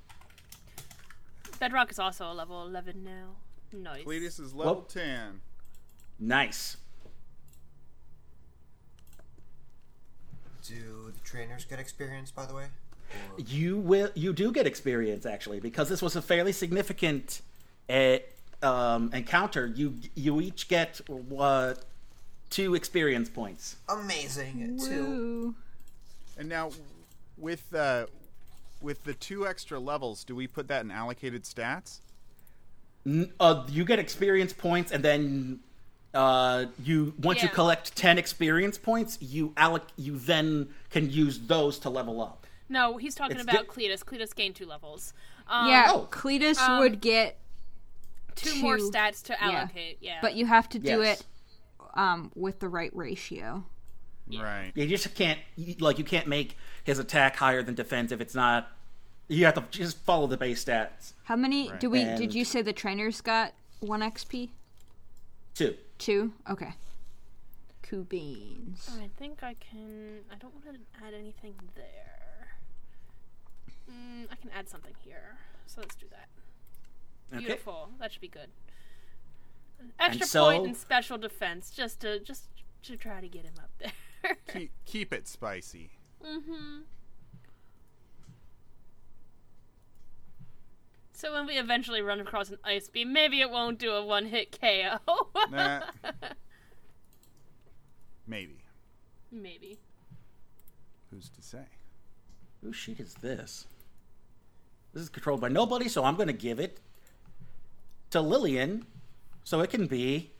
[SPEAKER 2] Bedrock is also a level 11 now. Nice.
[SPEAKER 5] Cletus is level
[SPEAKER 7] Well-
[SPEAKER 5] 10.
[SPEAKER 7] Nice.
[SPEAKER 4] Do the trainers get experience, by the way? Or-
[SPEAKER 7] You will you do get experience actually because this was a fairly significant uh, um, encounter. You you each get uh, two experience points.
[SPEAKER 4] Amazing. Two.
[SPEAKER 3] Ooh.
[SPEAKER 5] And now, with uh, with the two extra levels, do we put that in allocated stats?
[SPEAKER 7] N- Uh, you get experience points, and then uh, you once you
[SPEAKER 2] Yeah.
[SPEAKER 7] collect ten experience points, you alloc you then can use those to level up.
[SPEAKER 2] No, he's talking
[SPEAKER 7] It's
[SPEAKER 2] about
[SPEAKER 7] di-
[SPEAKER 2] Cletus. Cletus gained two levels. Um,
[SPEAKER 3] yeah,
[SPEAKER 7] oh.
[SPEAKER 3] Cletus would get,
[SPEAKER 2] Two, more
[SPEAKER 3] two.
[SPEAKER 2] stats Um, to allocate. Yeah.
[SPEAKER 3] but you have to do
[SPEAKER 7] Yes.
[SPEAKER 3] it um, with the right ratio.
[SPEAKER 5] Right.
[SPEAKER 7] You just can't you- like you can't make his attack higher than defense if it's not. You have to just follow the base stats.
[SPEAKER 3] How many do we?
[SPEAKER 7] And-
[SPEAKER 3] Did you say the trainers got one XP?
[SPEAKER 7] Two.
[SPEAKER 3] Two. Okay. Cool beans.
[SPEAKER 2] I think I can. I don't want to add anything there. Mm, I can add something here. So let's do that.
[SPEAKER 7] Okay.
[SPEAKER 2] Beautiful. That should be good. An extra
[SPEAKER 7] so-
[SPEAKER 2] point in special defense, just to just to try to get him up there.
[SPEAKER 5] Keep, keep it spicy.
[SPEAKER 2] so when we eventually run across an ice beam, maybe it won't do a one-hit KO.
[SPEAKER 5] Nah. Maybe.
[SPEAKER 2] maybe.
[SPEAKER 5] Who's to say?
[SPEAKER 7] Who sheet is this? This is controlled by nobody, so I'm going to give it to Lillian, so it can be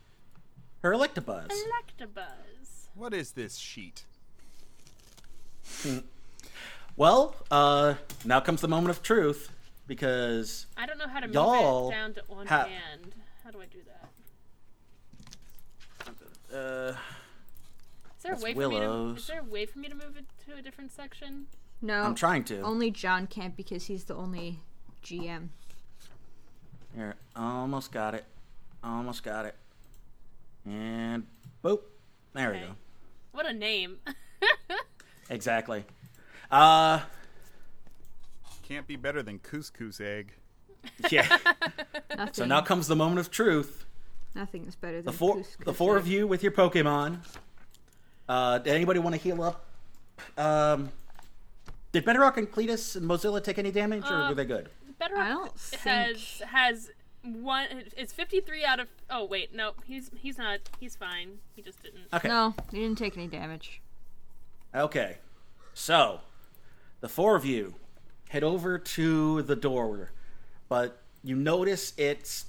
[SPEAKER 7] her Electabuzz.
[SPEAKER 2] Electabuzz.
[SPEAKER 5] What is this sheet?
[SPEAKER 7] Well, uh, now comes the moment of truth because
[SPEAKER 2] I don't know how to move
[SPEAKER 7] Y'all
[SPEAKER 2] it down to one
[SPEAKER 7] ha-
[SPEAKER 2] hand. How do I do that?
[SPEAKER 7] uh,
[SPEAKER 2] Is there a
[SPEAKER 7] That's
[SPEAKER 2] way for me to?
[SPEAKER 7] Willow's.
[SPEAKER 2] Is there a way for me to move it to a different section?
[SPEAKER 3] No,
[SPEAKER 7] I'm trying to.
[SPEAKER 3] Only John can't because he's the only GM.
[SPEAKER 7] Here, almost got it, almost got it, and boop, there we
[SPEAKER 2] Okay.
[SPEAKER 7] go.
[SPEAKER 2] What a name!
[SPEAKER 7] Exactly. Uh,
[SPEAKER 5] Can't be better than couscous egg.
[SPEAKER 7] yeah.
[SPEAKER 3] Nothing.
[SPEAKER 7] so now comes the moment of truth.
[SPEAKER 3] nothing is better than
[SPEAKER 7] The four,
[SPEAKER 3] couscous
[SPEAKER 7] the four of
[SPEAKER 3] egg.
[SPEAKER 7] you with your Pokemon. Uh, did anybody want to heal up? Um, did Bedrock and Cletus and Mozilla take any damage, or were they good?
[SPEAKER 2] Bedrock
[SPEAKER 3] I don't
[SPEAKER 2] has
[SPEAKER 3] think-
[SPEAKER 2] has one. It's fifty three out of. Oh wait, no, he's he's not. He's fine. He just didn't.
[SPEAKER 7] Okay.
[SPEAKER 3] No, you didn't take any damage.
[SPEAKER 7] Okay. So, the four of you head over to the door, but you notice it's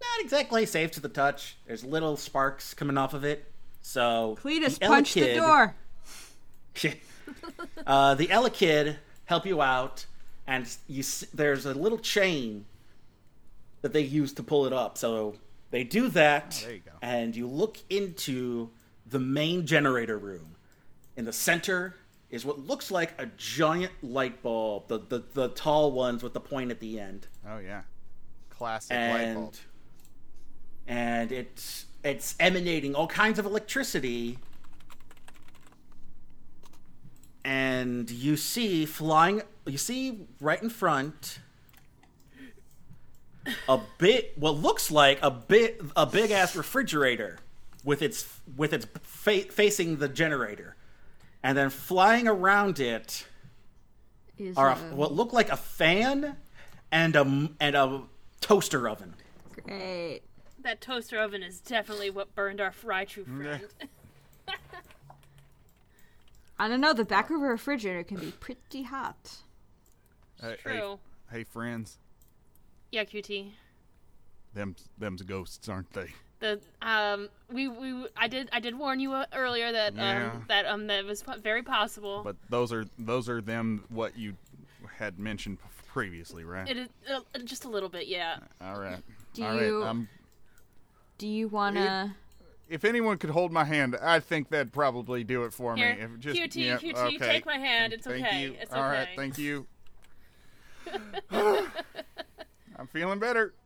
[SPEAKER 7] not exactly safe to the touch. There's little sparks coming off of it. So,
[SPEAKER 3] Cletus
[SPEAKER 7] the Ella
[SPEAKER 3] punched the
[SPEAKER 7] Kid-
[SPEAKER 3] door.
[SPEAKER 7] uh, the Ella Kid help you out, and you s- there's a little chain that they use to pull it up. So they do that,
[SPEAKER 5] Oh, there you go.
[SPEAKER 7] and you look into the main generator room. In the center is what looks like a giant light bulb, the the, the tall ones with the point at the end
[SPEAKER 5] Oh, yeah. Classic light bulb.
[SPEAKER 7] and and it's it's emanating all kinds of electricity and you see flying you see right in front a bit what looks like a bit a big ass refrigerator with its with its fa- facing the generator and then flying around it
[SPEAKER 3] Is
[SPEAKER 7] are a,
[SPEAKER 3] a
[SPEAKER 7] what look like a fan and a m- and a toaster oven
[SPEAKER 3] great.
[SPEAKER 2] That toaster oven is definitely what burned our fry true friend.
[SPEAKER 3] I don't know. The back of a refrigerator can be pretty hot.
[SPEAKER 5] Hey, hey,
[SPEAKER 2] True.
[SPEAKER 5] hey, friends,
[SPEAKER 2] Yeah, QT.
[SPEAKER 5] them them's ghosts, aren't they?
[SPEAKER 2] The um, we, we I did I did warn you uh, earlier that
[SPEAKER 5] Yeah.
[SPEAKER 2] um that um that was po- very possible.
[SPEAKER 5] But those are those are them what you had mentioned p- previously, right?
[SPEAKER 2] it is uh, just a little bit, yeah.
[SPEAKER 5] All right.
[SPEAKER 3] Do
[SPEAKER 5] All right,
[SPEAKER 3] you-
[SPEAKER 5] um,
[SPEAKER 3] Do you wanna?
[SPEAKER 5] if anyone could hold my hand, I think that'd probably do it for me.
[SPEAKER 2] Here,
[SPEAKER 5] If just,
[SPEAKER 2] QT,
[SPEAKER 5] yeah,
[SPEAKER 2] QT,
[SPEAKER 5] okay.
[SPEAKER 2] take my hand. It's
[SPEAKER 5] Thank
[SPEAKER 2] okay.
[SPEAKER 5] you.
[SPEAKER 2] It's
[SPEAKER 5] All right,
[SPEAKER 2] okay.
[SPEAKER 5] thank you. I'm feeling better.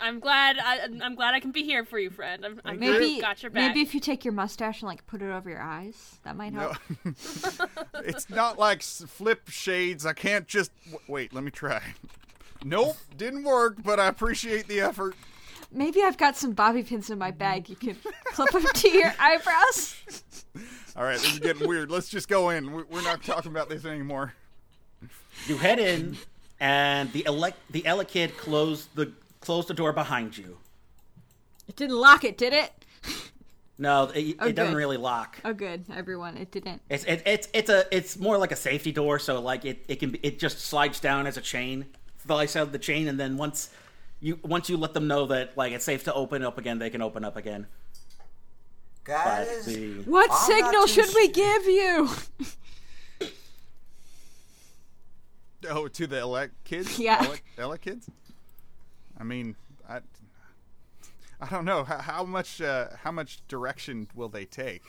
[SPEAKER 2] I'm glad I, I'm glad I can be here for you, friend. I'm, I'm
[SPEAKER 3] Maybe,
[SPEAKER 2] got your back.
[SPEAKER 3] maybe if you take your mustache and like put it over your eyes, that might help.
[SPEAKER 5] It's not like s- flip shades. I can't just w- wait. Let me try. Nope, didn't work. But I appreciate the effort.
[SPEAKER 3] Maybe I've got some bobby pins in my bag. You can clip them to your eyebrows.
[SPEAKER 5] All right, this is getting weird. Let's just go in. We- We're not talking about this anymore.
[SPEAKER 7] You head in, and the elec the Ella kid closed the closed the door behind you.
[SPEAKER 3] It didn't lock it, did it?
[SPEAKER 7] No, it, it doesn't
[SPEAKER 3] good.
[SPEAKER 7] really lock.
[SPEAKER 3] Oh, good, everyone. It didn't.
[SPEAKER 7] It's it, it's it's a it's more like a safety door, so like it, it can be, it just slides down as a chain, slides out the chain, and then once you once you let them know that like it's safe to open up again, they can open up again. But
[SPEAKER 4] Guys,
[SPEAKER 7] the
[SPEAKER 3] What
[SPEAKER 4] I'm not
[SPEAKER 3] signal
[SPEAKER 4] too
[SPEAKER 3] should we
[SPEAKER 4] sure.
[SPEAKER 3] give you?
[SPEAKER 5] Oh, to the elect kids.
[SPEAKER 3] Yeah.
[SPEAKER 5] elect, elect kids. I mean, I, I don't know how, how much uh, how much direction will they take.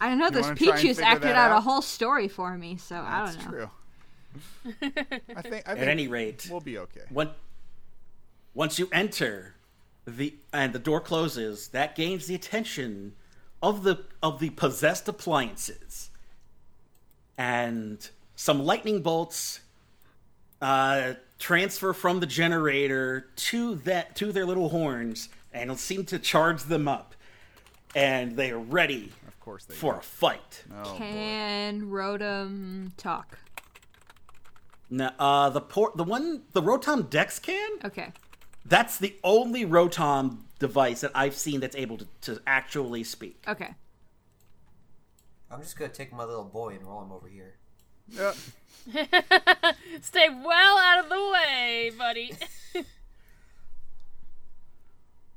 [SPEAKER 3] I don't know. this
[SPEAKER 5] wanna try and
[SPEAKER 3] Pichu's
[SPEAKER 5] figure
[SPEAKER 3] acted
[SPEAKER 5] that
[SPEAKER 3] out, a
[SPEAKER 5] out?
[SPEAKER 3] whole story for me, so I
[SPEAKER 5] That's
[SPEAKER 3] don't know.
[SPEAKER 5] true. I think. I
[SPEAKER 7] at
[SPEAKER 5] think
[SPEAKER 7] any rate,
[SPEAKER 5] we'll be okay.
[SPEAKER 7] when, once you enter the and the door closes, that gains the attention of the of the possessed appliances, and some lightning bolts uh, transfer from the generator to that to their little horns and seem to charge them up, and they are ready
[SPEAKER 5] Of course they.
[SPEAKER 7] for a fight.
[SPEAKER 5] Oh, boy.
[SPEAKER 3] Can Rotom talk?
[SPEAKER 7] Now, uh, the port, the one, the Rotom Dex can.
[SPEAKER 3] Okay.
[SPEAKER 7] That's the only Rotom device that I've seen that's able to, to actually speak.
[SPEAKER 3] Okay.
[SPEAKER 4] I'm just gonna take my little boy and roll him over here.
[SPEAKER 5] Yeah.
[SPEAKER 2] Stay well out of the way, buddy.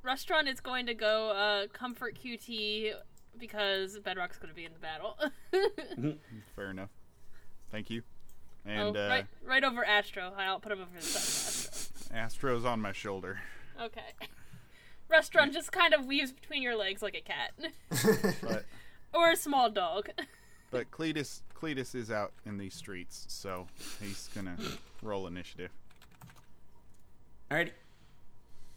[SPEAKER 2] Restaurant is going to go uh, comfort QT because Bedrock's going to be in the battle.
[SPEAKER 5] Fair enough. Thank you.
[SPEAKER 2] Oh,
[SPEAKER 5] And uh,
[SPEAKER 2] right, right over Astro. I'll put him over the side. of
[SPEAKER 5] Astro's on my shoulder.
[SPEAKER 2] Astro. Okay. Restaurant just kind of weaves between your legs like a cat
[SPEAKER 5] But
[SPEAKER 2] or a small dog.
[SPEAKER 5] but Cletus Cletus is out in these streets, so he's gonna roll initiative.
[SPEAKER 7] All right.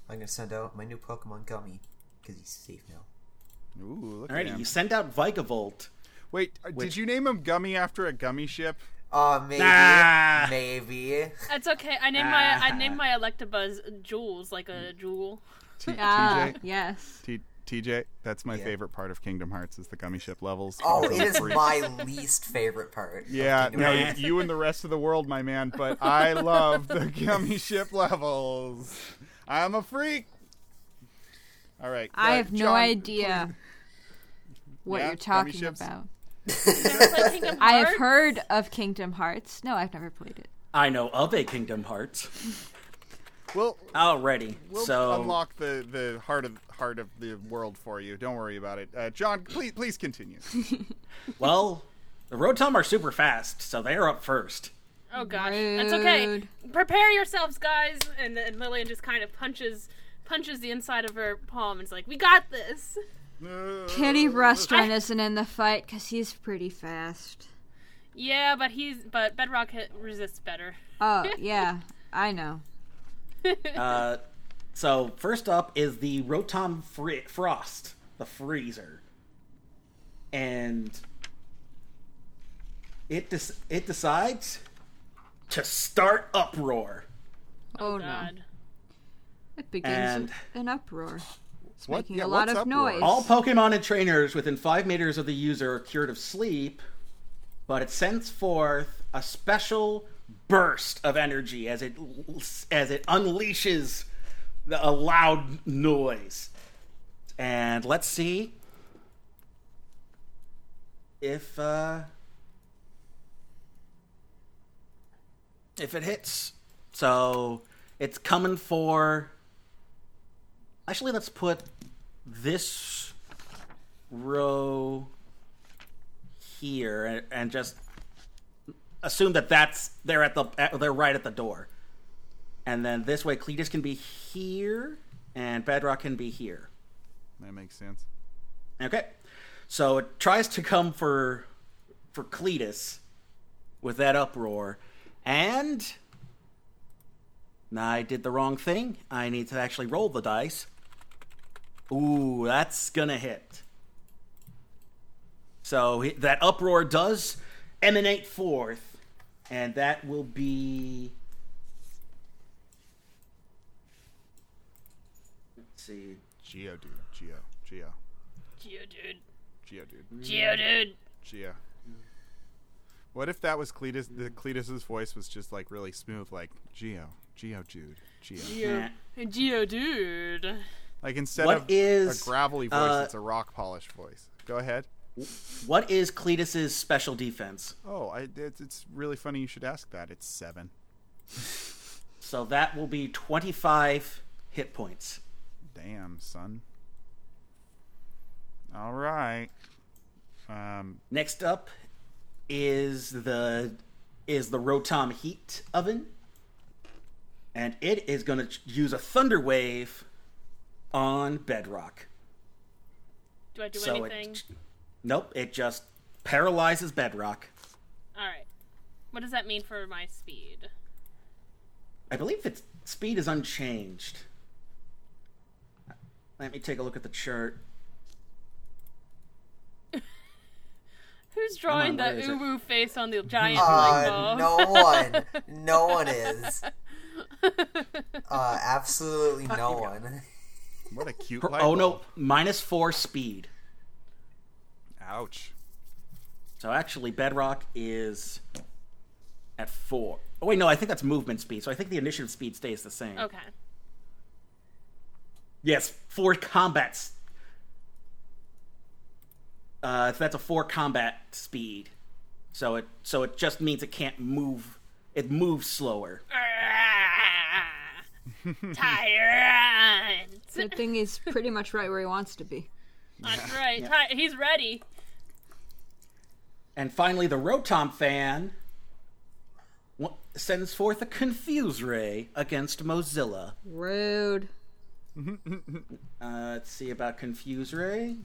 [SPEAKER 4] I'm gonna send out my new Pokemon Gummy because he's safe now.
[SPEAKER 5] Ooh, look
[SPEAKER 7] All right.
[SPEAKER 5] at him.
[SPEAKER 7] You send out Vigavolt.
[SPEAKER 5] Wait, uh, did
[SPEAKER 7] Which-
[SPEAKER 5] you name him Gummy after a gummy ship?
[SPEAKER 4] Uh, maybe,
[SPEAKER 7] Ah.
[SPEAKER 4] maybe.
[SPEAKER 2] That's okay. I named my I named my Electabuzz Jules like a jewel.
[SPEAKER 5] T-
[SPEAKER 3] Ah,
[SPEAKER 5] TJ,
[SPEAKER 3] yes.
[SPEAKER 5] T- TJ, that's my
[SPEAKER 4] Yeah.
[SPEAKER 5] favorite part of Kingdom Hearts is the gummy ship levels.
[SPEAKER 4] Oh,
[SPEAKER 5] Those
[SPEAKER 4] it is
[SPEAKER 5] three.
[SPEAKER 4] my least favorite part.
[SPEAKER 5] Yeah, no,
[SPEAKER 7] Hearts.
[SPEAKER 5] you and the rest of the world, my man. But I love the gummy ship levels. I'm a freak. All right,
[SPEAKER 3] I
[SPEAKER 5] uh,
[SPEAKER 3] have no
[SPEAKER 5] John,
[SPEAKER 3] idea what
[SPEAKER 5] Yeah,
[SPEAKER 3] you're
[SPEAKER 5] gummy
[SPEAKER 3] talking
[SPEAKER 5] ships.
[SPEAKER 3] about.
[SPEAKER 2] Never played Kingdom
[SPEAKER 3] I have
[SPEAKER 2] Hearts?
[SPEAKER 3] heard of Kingdom Hearts. No, I've never played it.
[SPEAKER 7] I know of a Kingdom Hearts.
[SPEAKER 5] We'll,
[SPEAKER 7] Alrighty.
[SPEAKER 5] we'll
[SPEAKER 7] so
[SPEAKER 5] unlock the, the heart of heart of the world for you. Don't worry about it, uh, John. Please please continue.
[SPEAKER 7] well, the Rotom are super fast, so they are up first.
[SPEAKER 2] Oh gosh, that's okay.
[SPEAKER 3] Rude.
[SPEAKER 2] Prepare yourselves, guys. And then Lillian just kind of punches punches the inside of her palm. and is like, we got this.
[SPEAKER 3] Kitty Restaurant isn't in the fight because he's pretty fast.
[SPEAKER 2] Yeah, but he's but Bedrock hit, resists better.
[SPEAKER 3] Oh, yeah. I know.
[SPEAKER 7] Uh, so first up is the Rotom Fre- Frost, the freezer, and it des- it decides to start uproar.
[SPEAKER 3] Oh, no.
[SPEAKER 2] God.
[SPEAKER 3] It begins
[SPEAKER 7] And-
[SPEAKER 3] an uproar. It's
[SPEAKER 5] What?
[SPEAKER 3] making
[SPEAKER 5] Yeah,
[SPEAKER 3] a lot
[SPEAKER 5] what's
[SPEAKER 3] of
[SPEAKER 5] uproar?
[SPEAKER 3] noise.
[SPEAKER 7] All Pokemon and trainers within five meters of the user are cured of sleep, but it sends forth a special burst of energy as it as it unleashes the, a loud noise. And let's see. if uh, if it hits. So it's coming for. Actually, let's put this row here and, and just assume that that's they're at the at, they're right at the door, and then this way Cletus can be here and Bedrock can be here.
[SPEAKER 5] That makes sense.
[SPEAKER 7] Okay. So it tries to come for for Cletus with that uproar. And I did the wrong thing. I need to actually roll the dice. Ooh, that's gonna hit. So he- that uproar does emanate forth, and that will be. Let's see.
[SPEAKER 5] Geo, dude. Geo. Geo.
[SPEAKER 2] Geodude.
[SPEAKER 5] Geo, dude.
[SPEAKER 2] Geodude.
[SPEAKER 5] Geo. What if that was Cletus? The Cletus's voice was just like really smooth, like Geo, Geo, Jude, Geo.
[SPEAKER 2] Geo- Geodude.
[SPEAKER 5] Like instead
[SPEAKER 7] What
[SPEAKER 5] of
[SPEAKER 7] is,
[SPEAKER 5] a gravelly voice,
[SPEAKER 7] uh,
[SPEAKER 5] it's a rock polished voice. Go ahead.
[SPEAKER 7] What is Cletus's special defense?
[SPEAKER 5] Oh, I, it's, it's really funny you should ask that. It's seven.
[SPEAKER 7] So that will be 25 hit points.
[SPEAKER 5] Damn, son. All right. Um,
[SPEAKER 7] Next up is the is the Rotom Heat Oven, and it is going to use a Thunder Wave on Bedrock.
[SPEAKER 2] Do I do
[SPEAKER 7] so
[SPEAKER 2] anything?
[SPEAKER 7] it nope, it just paralyzes Bedrock.
[SPEAKER 2] All right. What does that mean for my speed?
[SPEAKER 7] I believe its speed is unchanged. Let me take a look at the chart.
[SPEAKER 2] Who's drawing
[SPEAKER 7] where
[SPEAKER 2] the
[SPEAKER 7] is it?
[SPEAKER 2] uwu face on the giant bowling
[SPEAKER 4] Uh,
[SPEAKER 2] ball?
[SPEAKER 4] no one. No one is. Uh, absolutely no one.
[SPEAKER 5] what a cute
[SPEAKER 7] Per-
[SPEAKER 5] light
[SPEAKER 7] oh no,
[SPEAKER 5] bulb.
[SPEAKER 7] minus four speed.
[SPEAKER 5] Ouch.
[SPEAKER 7] So actually, Bedrock is at four. Oh wait, no, I think that's movement speed. So I think the initiative speed stays the same.
[SPEAKER 2] Okay.
[SPEAKER 7] Yes, four combats. Uh, that's a four combat speed. So it so it just means it can't move. It moves slower.
[SPEAKER 2] Tyrant.
[SPEAKER 3] Good thing he's pretty much right where he wants to be.
[SPEAKER 2] That's right. Ty- he's ready.
[SPEAKER 7] And finally, the Rotom fan wa- sends forth a Confuse Ray against Mozilla.
[SPEAKER 3] Rude.
[SPEAKER 7] Uh, let's see about Confuse Ray.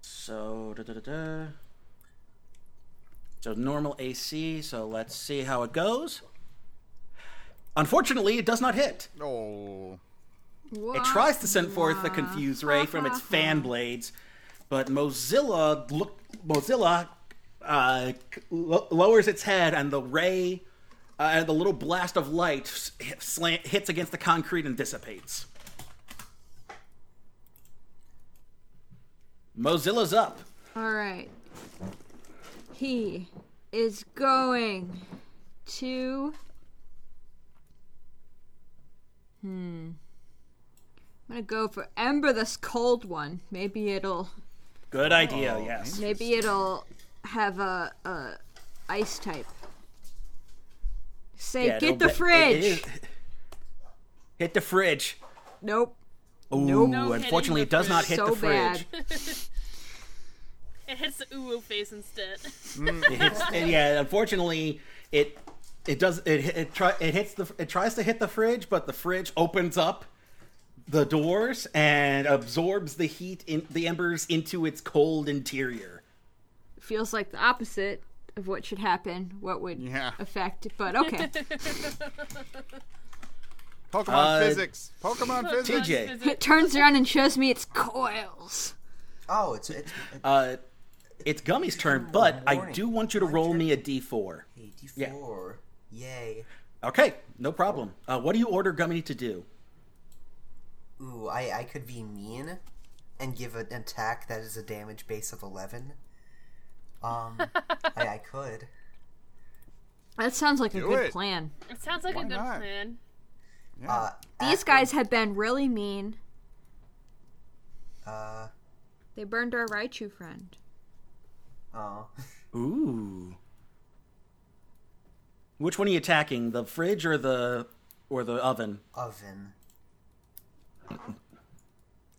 [SPEAKER 7] So, da, da, da, da. so normal AC. So let's see how it goes. Unfortunately, it does not hit.
[SPEAKER 5] Oh.
[SPEAKER 3] What?
[SPEAKER 7] It tries to send forth a confuse ray from its fan blades, but Mozilla look Mozilla uh, lo- lowers its head, and the ray, uh, and the little blast of light s- hit- slant, hits against the concrete and dissipates. Mozilla's up.
[SPEAKER 3] All right. He is going to. Hmm. I'm gonna go for Ember this cold one. Maybe it'll.
[SPEAKER 7] Good idea. yes.
[SPEAKER 3] Maybe it'll have a, a ice type. Say,
[SPEAKER 7] Yeah,
[SPEAKER 3] get
[SPEAKER 7] no,
[SPEAKER 3] the
[SPEAKER 7] but it
[SPEAKER 3] fridge!
[SPEAKER 7] is- Hit the fridge.
[SPEAKER 3] Nope.
[SPEAKER 7] Ooh,
[SPEAKER 3] Nope. No
[SPEAKER 2] hitting
[SPEAKER 7] unfortunately,
[SPEAKER 2] the
[SPEAKER 7] it does not hit
[SPEAKER 3] so
[SPEAKER 7] the fridge.
[SPEAKER 3] bad.
[SPEAKER 2] It hits the uwu face instead.
[SPEAKER 7] It hits, and yeah, unfortunately, it it does it it try it hits the it tries to hit the fridge, but the fridge opens up the doors and absorbs the heat in the embers into its cold interior.
[SPEAKER 3] Feels like the opposite of what should happen, what would
[SPEAKER 5] Yeah.
[SPEAKER 3] affect it, but okay.
[SPEAKER 5] Pokemon
[SPEAKER 7] Uh,
[SPEAKER 5] physics. Pokemon physics.
[SPEAKER 7] TJ,
[SPEAKER 3] it turns around and shows me its coils.
[SPEAKER 4] Oh, it's it's it's
[SPEAKER 7] uh, it's Gummy's turn, but I do want you to roll me a d4.
[SPEAKER 4] eighty-four. Yay.
[SPEAKER 7] Okay, no problem. Uh, what do you order Gummy to do?
[SPEAKER 4] Ooh, I I could be mean and give an attack that is a damage base of eleven. Um, I, I could.
[SPEAKER 3] That sounds like a
[SPEAKER 5] Do
[SPEAKER 3] good
[SPEAKER 5] it.
[SPEAKER 3] plan.
[SPEAKER 2] It sounds like
[SPEAKER 5] Why
[SPEAKER 2] a good
[SPEAKER 5] not?
[SPEAKER 2] plan.
[SPEAKER 5] Yeah.
[SPEAKER 4] Uh,
[SPEAKER 3] These
[SPEAKER 4] after-
[SPEAKER 3] guys have been really mean.
[SPEAKER 4] Uh,
[SPEAKER 3] They burned our Raichu friend.
[SPEAKER 4] oh.
[SPEAKER 7] Ooh. Which one are you attacking? The fridge or the or the oven?
[SPEAKER 4] Oven.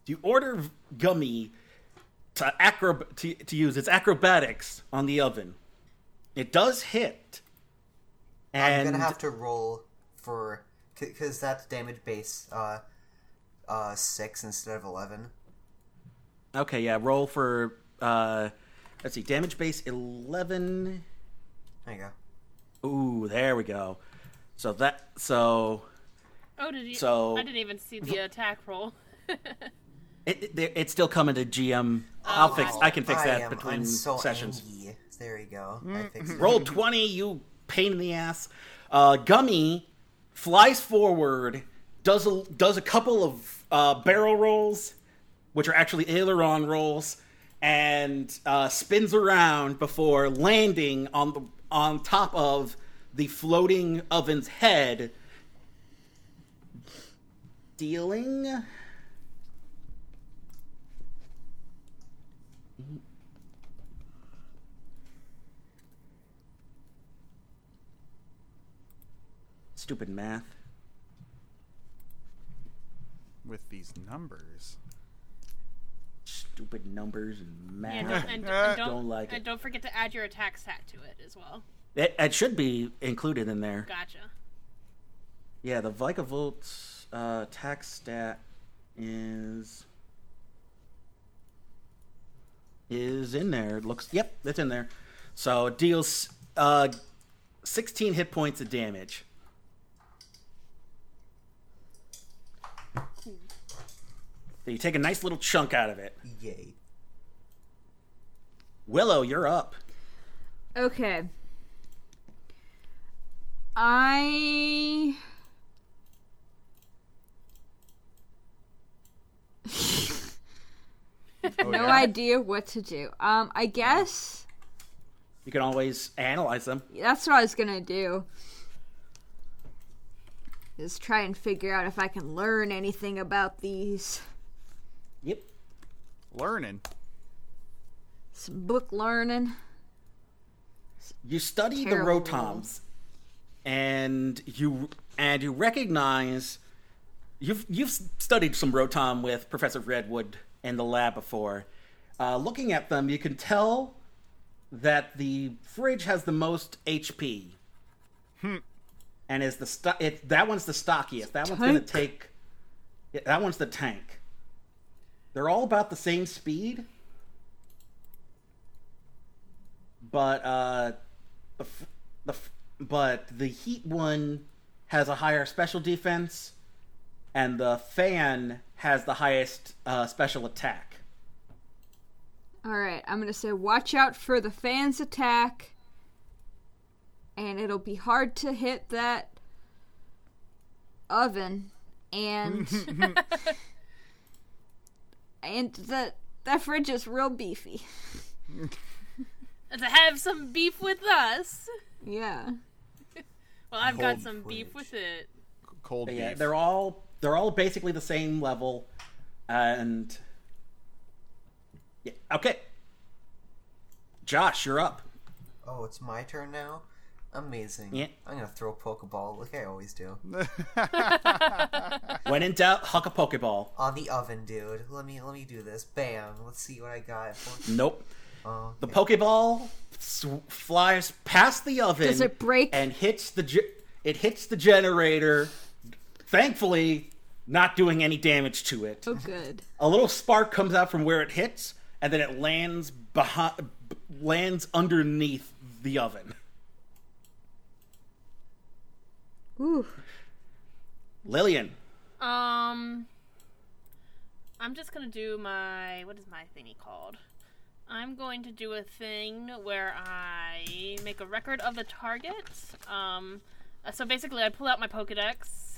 [SPEAKER 7] You order Gummy to acrob to, to use its acrobatics on the oven. It does hit.
[SPEAKER 4] I'm
[SPEAKER 7] And
[SPEAKER 4] gonna have to roll for because that's damage base uh uh six instead of eleven.
[SPEAKER 7] okay, yeah, roll for uh let's see, damage base 11.
[SPEAKER 4] There you go.
[SPEAKER 7] Ooh, there we go. So that so
[SPEAKER 2] Oh, did you?
[SPEAKER 7] So-
[SPEAKER 2] I didn't even see the attack roll.
[SPEAKER 7] it, it there- it's still coming to GM. I'll fix I can fix
[SPEAKER 4] Oh, I
[SPEAKER 7] that
[SPEAKER 4] am-
[SPEAKER 7] between
[SPEAKER 4] I'm so
[SPEAKER 7] sessions. Mm-hmm.
[SPEAKER 4] angy. There you go. I fixed it.
[SPEAKER 7] Roll 20, you pain in the ass. Uh, Gummy flies forward, does a, does a couple of uh, barrel rolls, which are actually aileron rolls, and uh, spins around before landing on the on top of the floating oven's head, dealing. Stupid math.
[SPEAKER 5] with these numbers.
[SPEAKER 7] Stupid numbers and math.
[SPEAKER 2] And don't, and, and don't,
[SPEAKER 7] Don't like
[SPEAKER 2] and
[SPEAKER 7] it.
[SPEAKER 2] don't forget to add your attack stat to it as well.
[SPEAKER 7] It, it should be included in there.
[SPEAKER 2] Gotcha.
[SPEAKER 7] Yeah, the Vikavolt's uh, attack stat is is in there. It looks yep, that's in there. So it deals uh, sixteen hit points of damage. So you take a nice little chunk out of it.
[SPEAKER 4] Yay.
[SPEAKER 7] Willow, you're up.
[SPEAKER 3] Okay. I. no idea what to do. Um, I guess
[SPEAKER 7] You can always analyze them.
[SPEAKER 3] that's what I was gonna do. Is try and figure out if I can learn anything about these.
[SPEAKER 7] Yep.
[SPEAKER 5] Learning.
[SPEAKER 3] Some book learning.
[SPEAKER 7] you study
[SPEAKER 3] Terrible.
[SPEAKER 7] the rotoms and you and you recognize you've you've studied some rotom with professor redwood in the lab before uh, looking at them you can tell that the fridge has the most hp
[SPEAKER 3] Hmm.
[SPEAKER 7] and is the sto- it, that one's the stockiest that one's going
[SPEAKER 3] Tank.
[SPEAKER 7] to take yeah, that one's the tank they're all about the same speed but uh the, f- the f- but the heat one has a higher special defense and the fan has the highest uh, special attack
[SPEAKER 3] All right, I'm gonna say, watch out for the fans' attack, and it'll be hard to hit that oven, and and that that fridge is real beefy.
[SPEAKER 2] To have some beef with us.
[SPEAKER 3] Yeah.
[SPEAKER 2] Well, I've got
[SPEAKER 4] Holy
[SPEAKER 2] some beef
[SPEAKER 4] fridge.
[SPEAKER 2] with it.
[SPEAKER 5] Cold
[SPEAKER 7] But
[SPEAKER 5] beef.
[SPEAKER 7] yeah they're all they're all basically the same level and yeah okay josh you're up
[SPEAKER 4] Oh, it's my turn now. Amazing.
[SPEAKER 7] Yeah.
[SPEAKER 4] I'm gonna throw a pokeball like I always do
[SPEAKER 7] when in doubt huck a pokeball
[SPEAKER 4] on the oven, dude. Let me let me do this. Bam. Let's see what I got.
[SPEAKER 7] nope
[SPEAKER 4] Oh,
[SPEAKER 7] the pokeball sw- flies past the oven
[SPEAKER 3] Does it break?
[SPEAKER 7] and hits the ge- it hits the generator. Thankfully, not doing any damage to it.
[SPEAKER 3] Oh, good.
[SPEAKER 7] A little spark comes out from where it hits, and then it lands behind, lands underneath the oven.
[SPEAKER 3] Ooh.
[SPEAKER 7] Lillian,
[SPEAKER 2] Um, I'm just gonna do my what is my thingy called? I'm going to do a thing where I make a record of the target. Um, uh, so basically, I pull out my Pokedex,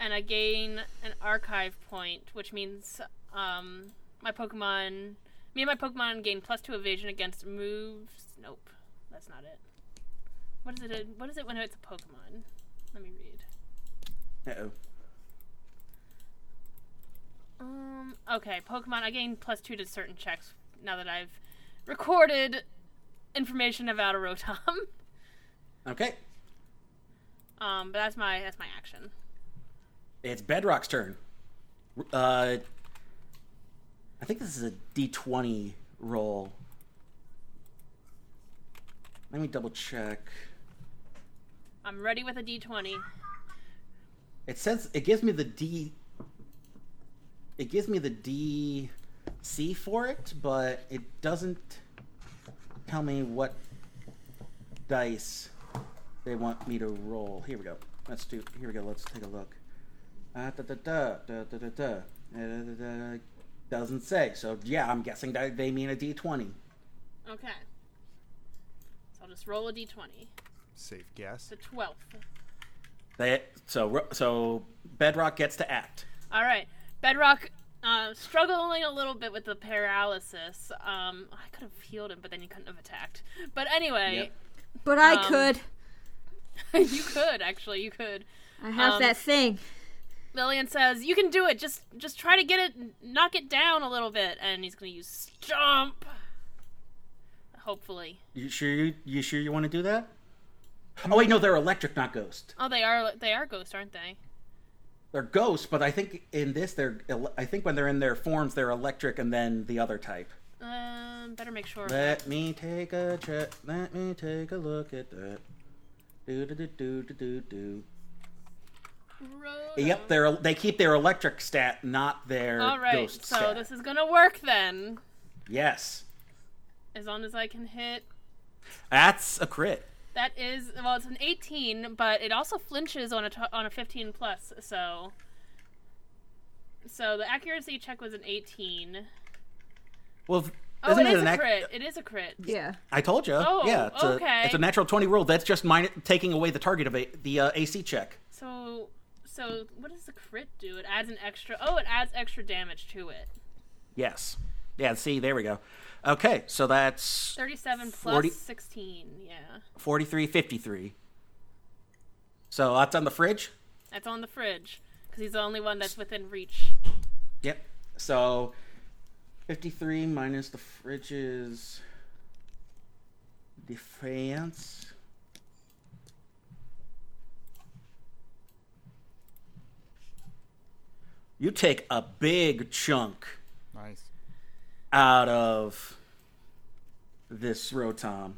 [SPEAKER 2] and I gain an archive point, which means um, my Pokemon, me and my Pokemon gain plus two evasion against moves. Nope, that's not it. What is it? What is it when it's a Pokemon? Let me read.
[SPEAKER 7] Uh-oh.
[SPEAKER 2] Um, okay, Pokemon. I gain plus two to certain checks now that I've recorded information about a Rotom.
[SPEAKER 7] Okay.
[SPEAKER 2] um, but that's my that's my action.
[SPEAKER 7] It's Bedrock's turn. Uh, I think this is a D20 roll. Let me double check.
[SPEAKER 2] I'm ready with a D20.
[SPEAKER 7] It says it gives me the D. It gives me the D C for it, but it doesn't tell me what dice they want me to roll. Here we go. Let's do. Here we go. Let's take a look. Uh, da, da, da, da, da, da, da, da, da, da, da. Doesn't say. So yeah, I'm guessing that they mean a D20.
[SPEAKER 2] Okay. So I'll just roll a D20.
[SPEAKER 5] Safe guess.
[SPEAKER 2] The 12th.
[SPEAKER 7] They so ro- so Bedrock gets to act.
[SPEAKER 2] All right. Bedrock uh, struggling a little bit with the paralysis. Um, I could have healed him, but then he couldn't have attacked. But anyway,
[SPEAKER 3] But I
[SPEAKER 2] Um,
[SPEAKER 3] could.
[SPEAKER 2] you could actually. You could.
[SPEAKER 3] I have
[SPEAKER 2] um,
[SPEAKER 3] that thing.
[SPEAKER 2] Lillian says, "You can do it. Just just try to get it, knock it down a little bit." And he's going to use jump. Hopefully.
[SPEAKER 7] You sure you, you sure you want to do that? Oh wait, no, they're electric, not ghost.
[SPEAKER 2] Oh, they are they are ghost, aren't they?
[SPEAKER 7] They're ghost, but I think in this they're ele- I think when they're in their forms they're electric and then the other type.
[SPEAKER 2] Um, better make sure.
[SPEAKER 7] Let me take a check. Let me take a look at that. Do do do do do do do.
[SPEAKER 2] Rotom.
[SPEAKER 7] Yep, they're they keep their electric stat, not their
[SPEAKER 2] All right.
[SPEAKER 7] ghost
[SPEAKER 2] so
[SPEAKER 7] stat.
[SPEAKER 2] this is going to work then,
[SPEAKER 7] yes,
[SPEAKER 2] as long as I can hit.
[SPEAKER 7] that's a crit.
[SPEAKER 2] That is well, it's an 18, but it also flinches on a t- on a 15 plus. So, so the accuracy check was an 18.
[SPEAKER 7] Well,
[SPEAKER 2] Oh,
[SPEAKER 7] isn't
[SPEAKER 2] it
[SPEAKER 7] it
[SPEAKER 2] is
[SPEAKER 7] an
[SPEAKER 2] a
[SPEAKER 7] ac-
[SPEAKER 2] crit. It is a crit.
[SPEAKER 3] Yeah.
[SPEAKER 7] I told you.
[SPEAKER 2] Oh,
[SPEAKER 7] yeah, it's
[SPEAKER 2] okay.
[SPEAKER 7] a it's a natural twenty roll. That's just mine taking away the target of a, the uh, AC check.
[SPEAKER 2] So, so what does the crit do? It adds an extra. Oh, it adds extra damage to it.
[SPEAKER 7] Yes. Yeah. See, there we go. Okay, so that's
[SPEAKER 2] 37 plus
[SPEAKER 7] 40
[SPEAKER 2] 16. Yeah,
[SPEAKER 7] forty-three fifty-three. So that's on the fridge.
[SPEAKER 2] that's on the fridge because he's the only one that's within reach.
[SPEAKER 7] Yep. So fifty-three minus the fridge's defense. You take a big chunk.
[SPEAKER 5] Nice.
[SPEAKER 7] out of this Rotom.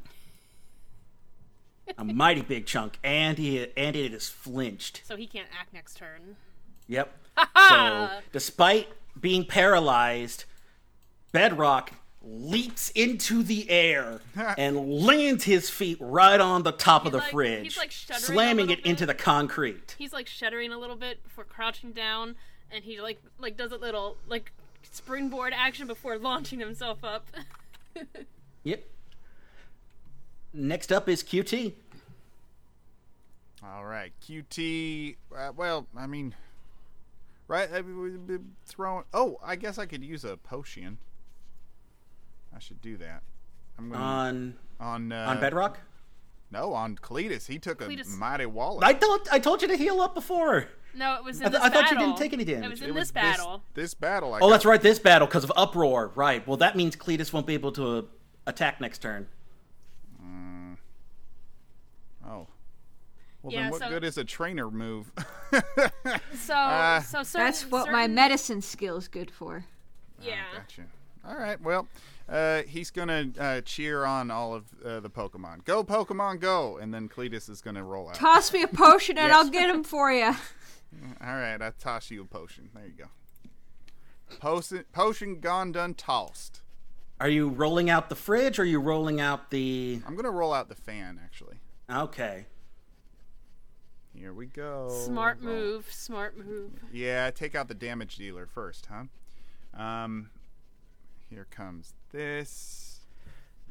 [SPEAKER 7] A mighty big chunk, and he and it is flinched.
[SPEAKER 2] So he can't act next turn.
[SPEAKER 7] Yep. so, despite being paralyzed, Bedrock leaps into the air and lands his feet right on the top of the
[SPEAKER 2] like-
[SPEAKER 7] fridge,
[SPEAKER 2] he's like shuddering a
[SPEAKER 7] slamming
[SPEAKER 2] little
[SPEAKER 7] it into the
[SPEAKER 2] bit.
[SPEAKER 7] concrete.
[SPEAKER 2] He's like shuddering a little bit before crouching down, and he like like does a little like springboard action before launching himself up.
[SPEAKER 7] Yep. Next up is QT.
[SPEAKER 5] All right, QT. Uh, well, I mean, right? I mean, we've been throwing. Oh, I guess I could use a potion. I should do that. I'm gonna
[SPEAKER 7] on
[SPEAKER 5] on uh,
[SPEAKER 7] on Bedrock.
[SPEAKER 5] No, on Cletus. He took
[SPEAKER 2] Cletus-
[SPEAKER 5] a mighty wallet.
[SPEAKER 7] I thought I told you to heal up before.
[SPEAKER 2] no, it was
[SPEAKER 7] I
[SPEAKER 2] in
[SPEAKER 7] th-
[SPEAKER 2] this
[SPEAKER 7] I thought you
[SPEAKER 2] battle.
[SPEAKER 7] didn't take any
[SPEAKER 2] It
[SPEAKER 7] damage.
[SPEAKER 2] was
[SPEAKER 5] It
[SPEAKER 2] in
[SPEAKER 5] was
[SPEAKER 2] this battle.
[SPEAKER 5] This battle. I
[SPEAKER 7] Oh, that's right. This battle because of uproar. Right. Well, that means Cletus won't be able to uh, attack next turn.
[SPEAKER 5] Oh. Well,
[SPEAKER 2] Yeah,
[SPEAKER 5] then what
[SPEAKER 2] so-
[SPEAKER 5] good is Ah. a trainer move?
[SPEAKER 2] So, so certain,
[SPEAKER 3] That's what
[SPEAKER 2] certain,
[SPEAKER 3] my medicine skill's good for.
[SPEAKER 2] Yeah.
[SPEAKER 5] gotcha. All right. Well, uh, he's gonna uh, cheer on all of uh, the Pokemon. Go Pokemon, go! And then Cletus is gonna roll out.
[SPEAKER 3] Toss me a potion and I'll get him for you.
[SPEAKER 5] all right, I toss you a potion. There you go. Potion, potion gone done tossed.
[SPEAKER 7] Are you rolling out the fridge? Or are you rolling out the?
[SPEAKER 5] I'm gonna roll out the fan actually.
[SPEAKER 7] Okay.
[SPEAKER 5] Here we go.
[SPEAKER 2] Smart
[SPEAKER 5] Roll.
[SPEAKER 2] move. Smart move.
[SPEAKER 5] Yeah, take out the damage dealer first, huh? Um, here comes this.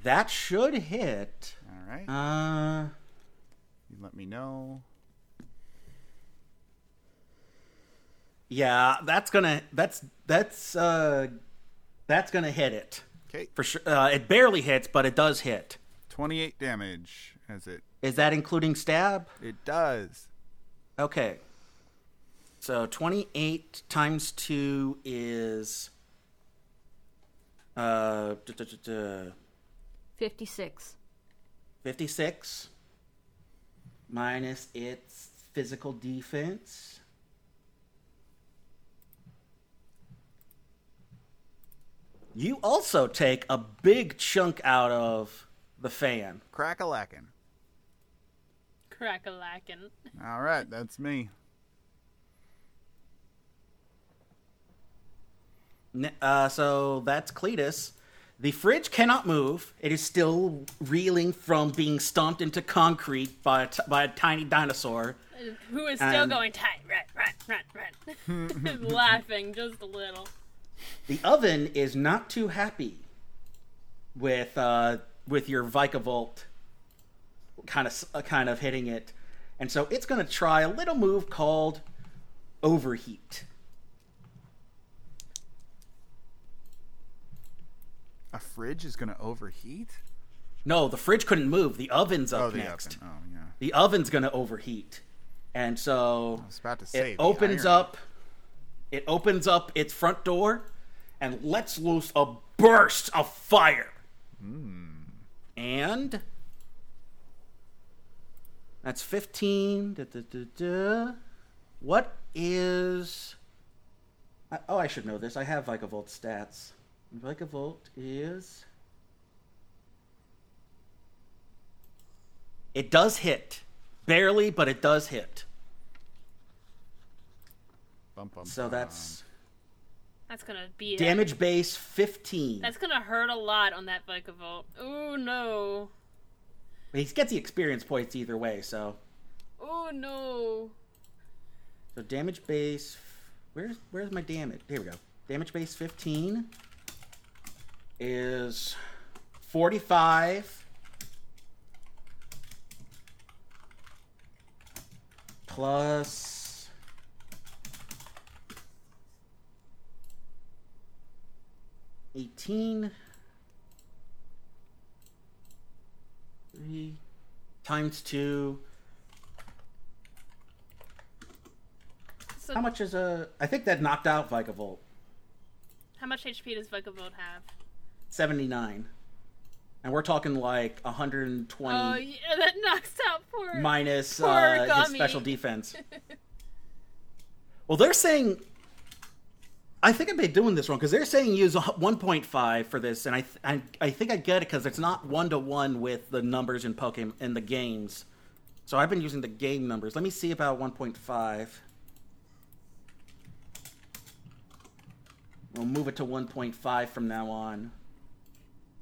[SPEAKER 7] That should hit.
[SPEAKER 5] All right.
[SPEAKER 7] Uh,
[SPEAKER 5] you let me know.
[SPEAKER 7] yeah. That's gonna. That's that's uh, that's gonna hit it
[SPEAKER 5] Okay.
[SPEAKER 7] for sure. Uh, it barely hits, but it does hit.
[SPEAKER 5] 28 damage as it
[SPEAKER 7] Is that including stab?
[SPEAKER 5] it does.
[SPEAKER 7] Okay. So 28 times 2 is. Uh, duh, duh, duh, duh,
[SPEAKER 3] 56.
[SPEAKER 7] 56 minus its physical defense. You also take a big chunk out of the fan.
[SPEAKER 5] Crack a lacking.
[SPEAKER 2] Crack a lackin'.
[SPEAKER 5] All right, that's me.
[SPEAKER 7] N- Uh, so that's Cletus. The fridge cannot move. It is still reeling from being stomped into concrete by a, t- by a tiny dinosaur.
[SPEAKER 2] Who is still
[SPEAKER 7] Um,
[SPEAKER 2] going tight, right, right, right, right. laughing just a little.
[SPEAKER 7] The oven is not too happy with uh, with your Vikavolt kind of uh, kind of hitting it, and so it's going to try a little move called overheat.
[SPEAKER 5] A fridge is gonna overheat.
[SPEAKER 7] No, the fridge couldn't move. The oven's up
[SPEAKER 5] Oh, the
[SPEAKER 7] next.
[SPEAKER 5] oven. Oh, yeah.
[SPEAKER 7] The oven's going to overheat, and so
[SPEAKER 5] I was about to say.
[SPEAKER 7] it
[SPEAKER 5] the
[SPEAKER 7] opens
[SPEAKER 5] irony.
[SPEAKER 7] up it opens up its front door and lets loose a burst of fire
[SPEAKER 5] Hmm.
[SPEAKER 7] and that's 15 da, da, da, da. what is I, oh i should know this i have vicavolt stats vicavolt is it does hit barely but it does hit
[SPEAKER 5] Bum, bum,
[SPEAKER 7] so
[SPEAKER 5] bum.
[SPEAKER 7] that's
[SPEAKER 2] That's gonna be it.
[SPEAKER 7] Damage base 15.
[SPEAKER 2] That's gonna hurt a lot on that Vikavolt. Oh no.
[SPEAKER 7] he gets the experience points either way, so.
[SPEAKER 2] Oh no.
[SPEAKER 7] So damage base. Where's where's my damage? Here we go. Damage base 15 is 45 plus Eighteen three times two.
[SPEAKER 2] So
[SPEAKER 7] How much is a? I think that knocked out Vikavolt.
[SPEAKER 2] how much HP does Vikavolt have?
[SPEAKER 7] 79. And we're talking like 120
[SPEAKER 2] Oh yeah, that knocks out poor.
[SPEAKER 7] minus
[SPEAKER 2] poor
[SPEAKER 7] uh, his
[SPEAKER 2] Gummy.
[SPEAKER 7] special defense. well, they're saying. I think I've been doing this wrong because they're saying use a h- 1.5 for this, and I th- I, I think I get it because it's not one to one with the numbers in Pokemon in the games. So I've been using the game numbers. Let me see about 1.5. We'll move it to 1.5 from now on.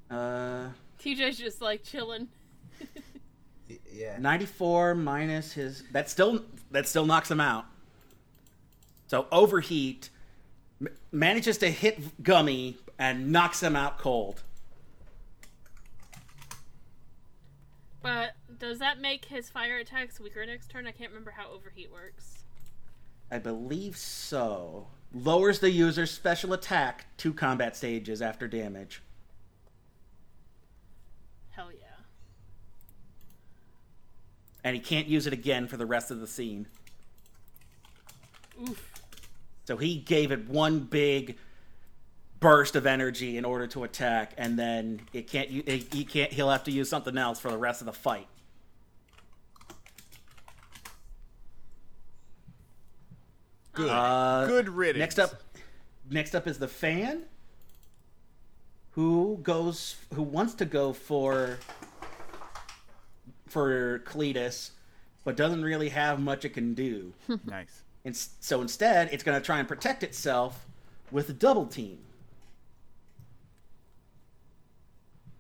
[SPEAKER 7] Uh,
[SPEAKER 2] TJ's just like chilling.
[SPEAKER 4] Y- Yeah.
[SPEAKER 7] 94 minus his that still that still knocks him out so overheat m- manages to hit gummy and knocks him out cold
[SPEAKER 2] But does that make his fire attacks weaker next turn? I can't remember how overheat works.
[SPEAKER 7] i believe so lowers the user's special attack two combat stages after damage
[SPEAKER 2] Hell yeah.
[SPEAKER 7] and he can't use it again for the rest of the scene
[SPEAKER 2] Oof.
[SPEAKER 7] so he gave it one big burst of energy in order to attack and then it can't u- it, he can't he'll have to use something else for the rest of the fight
[SPEAKER 5] good.
[SPEAKER 7] Uh,
[SPEAKER 5] good riddance.
[SPEAKER 7] Next up, next up is the fan, who goes, who wants to go for for Cletus, but doesn't really have much it can do.
[SPEAKER 5] nice.
[SPEAKER 7] and s- so instead, it's going to try and protect itself with a double team.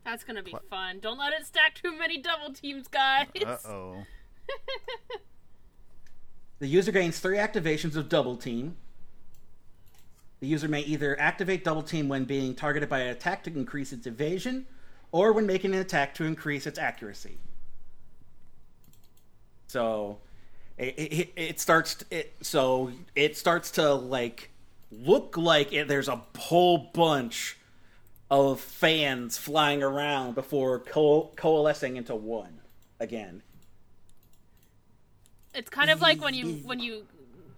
[SPEAKER 2] That's gonna be fun. Don't let it stack too many double teams, guys.
[SPEAKER 5] Uh oh.
[SPEAKER 7] The user gains three activations of double team. The user may either activate double team when being targeted by an attack to increase its evasion, or when making an attack to increase its accuracy. So it, it, it starts it, so it starts to like look like it, there's a whole bunch of fans flying around before co- coalescing into one again.
[SPEAKER 2] It's kind of like when you when you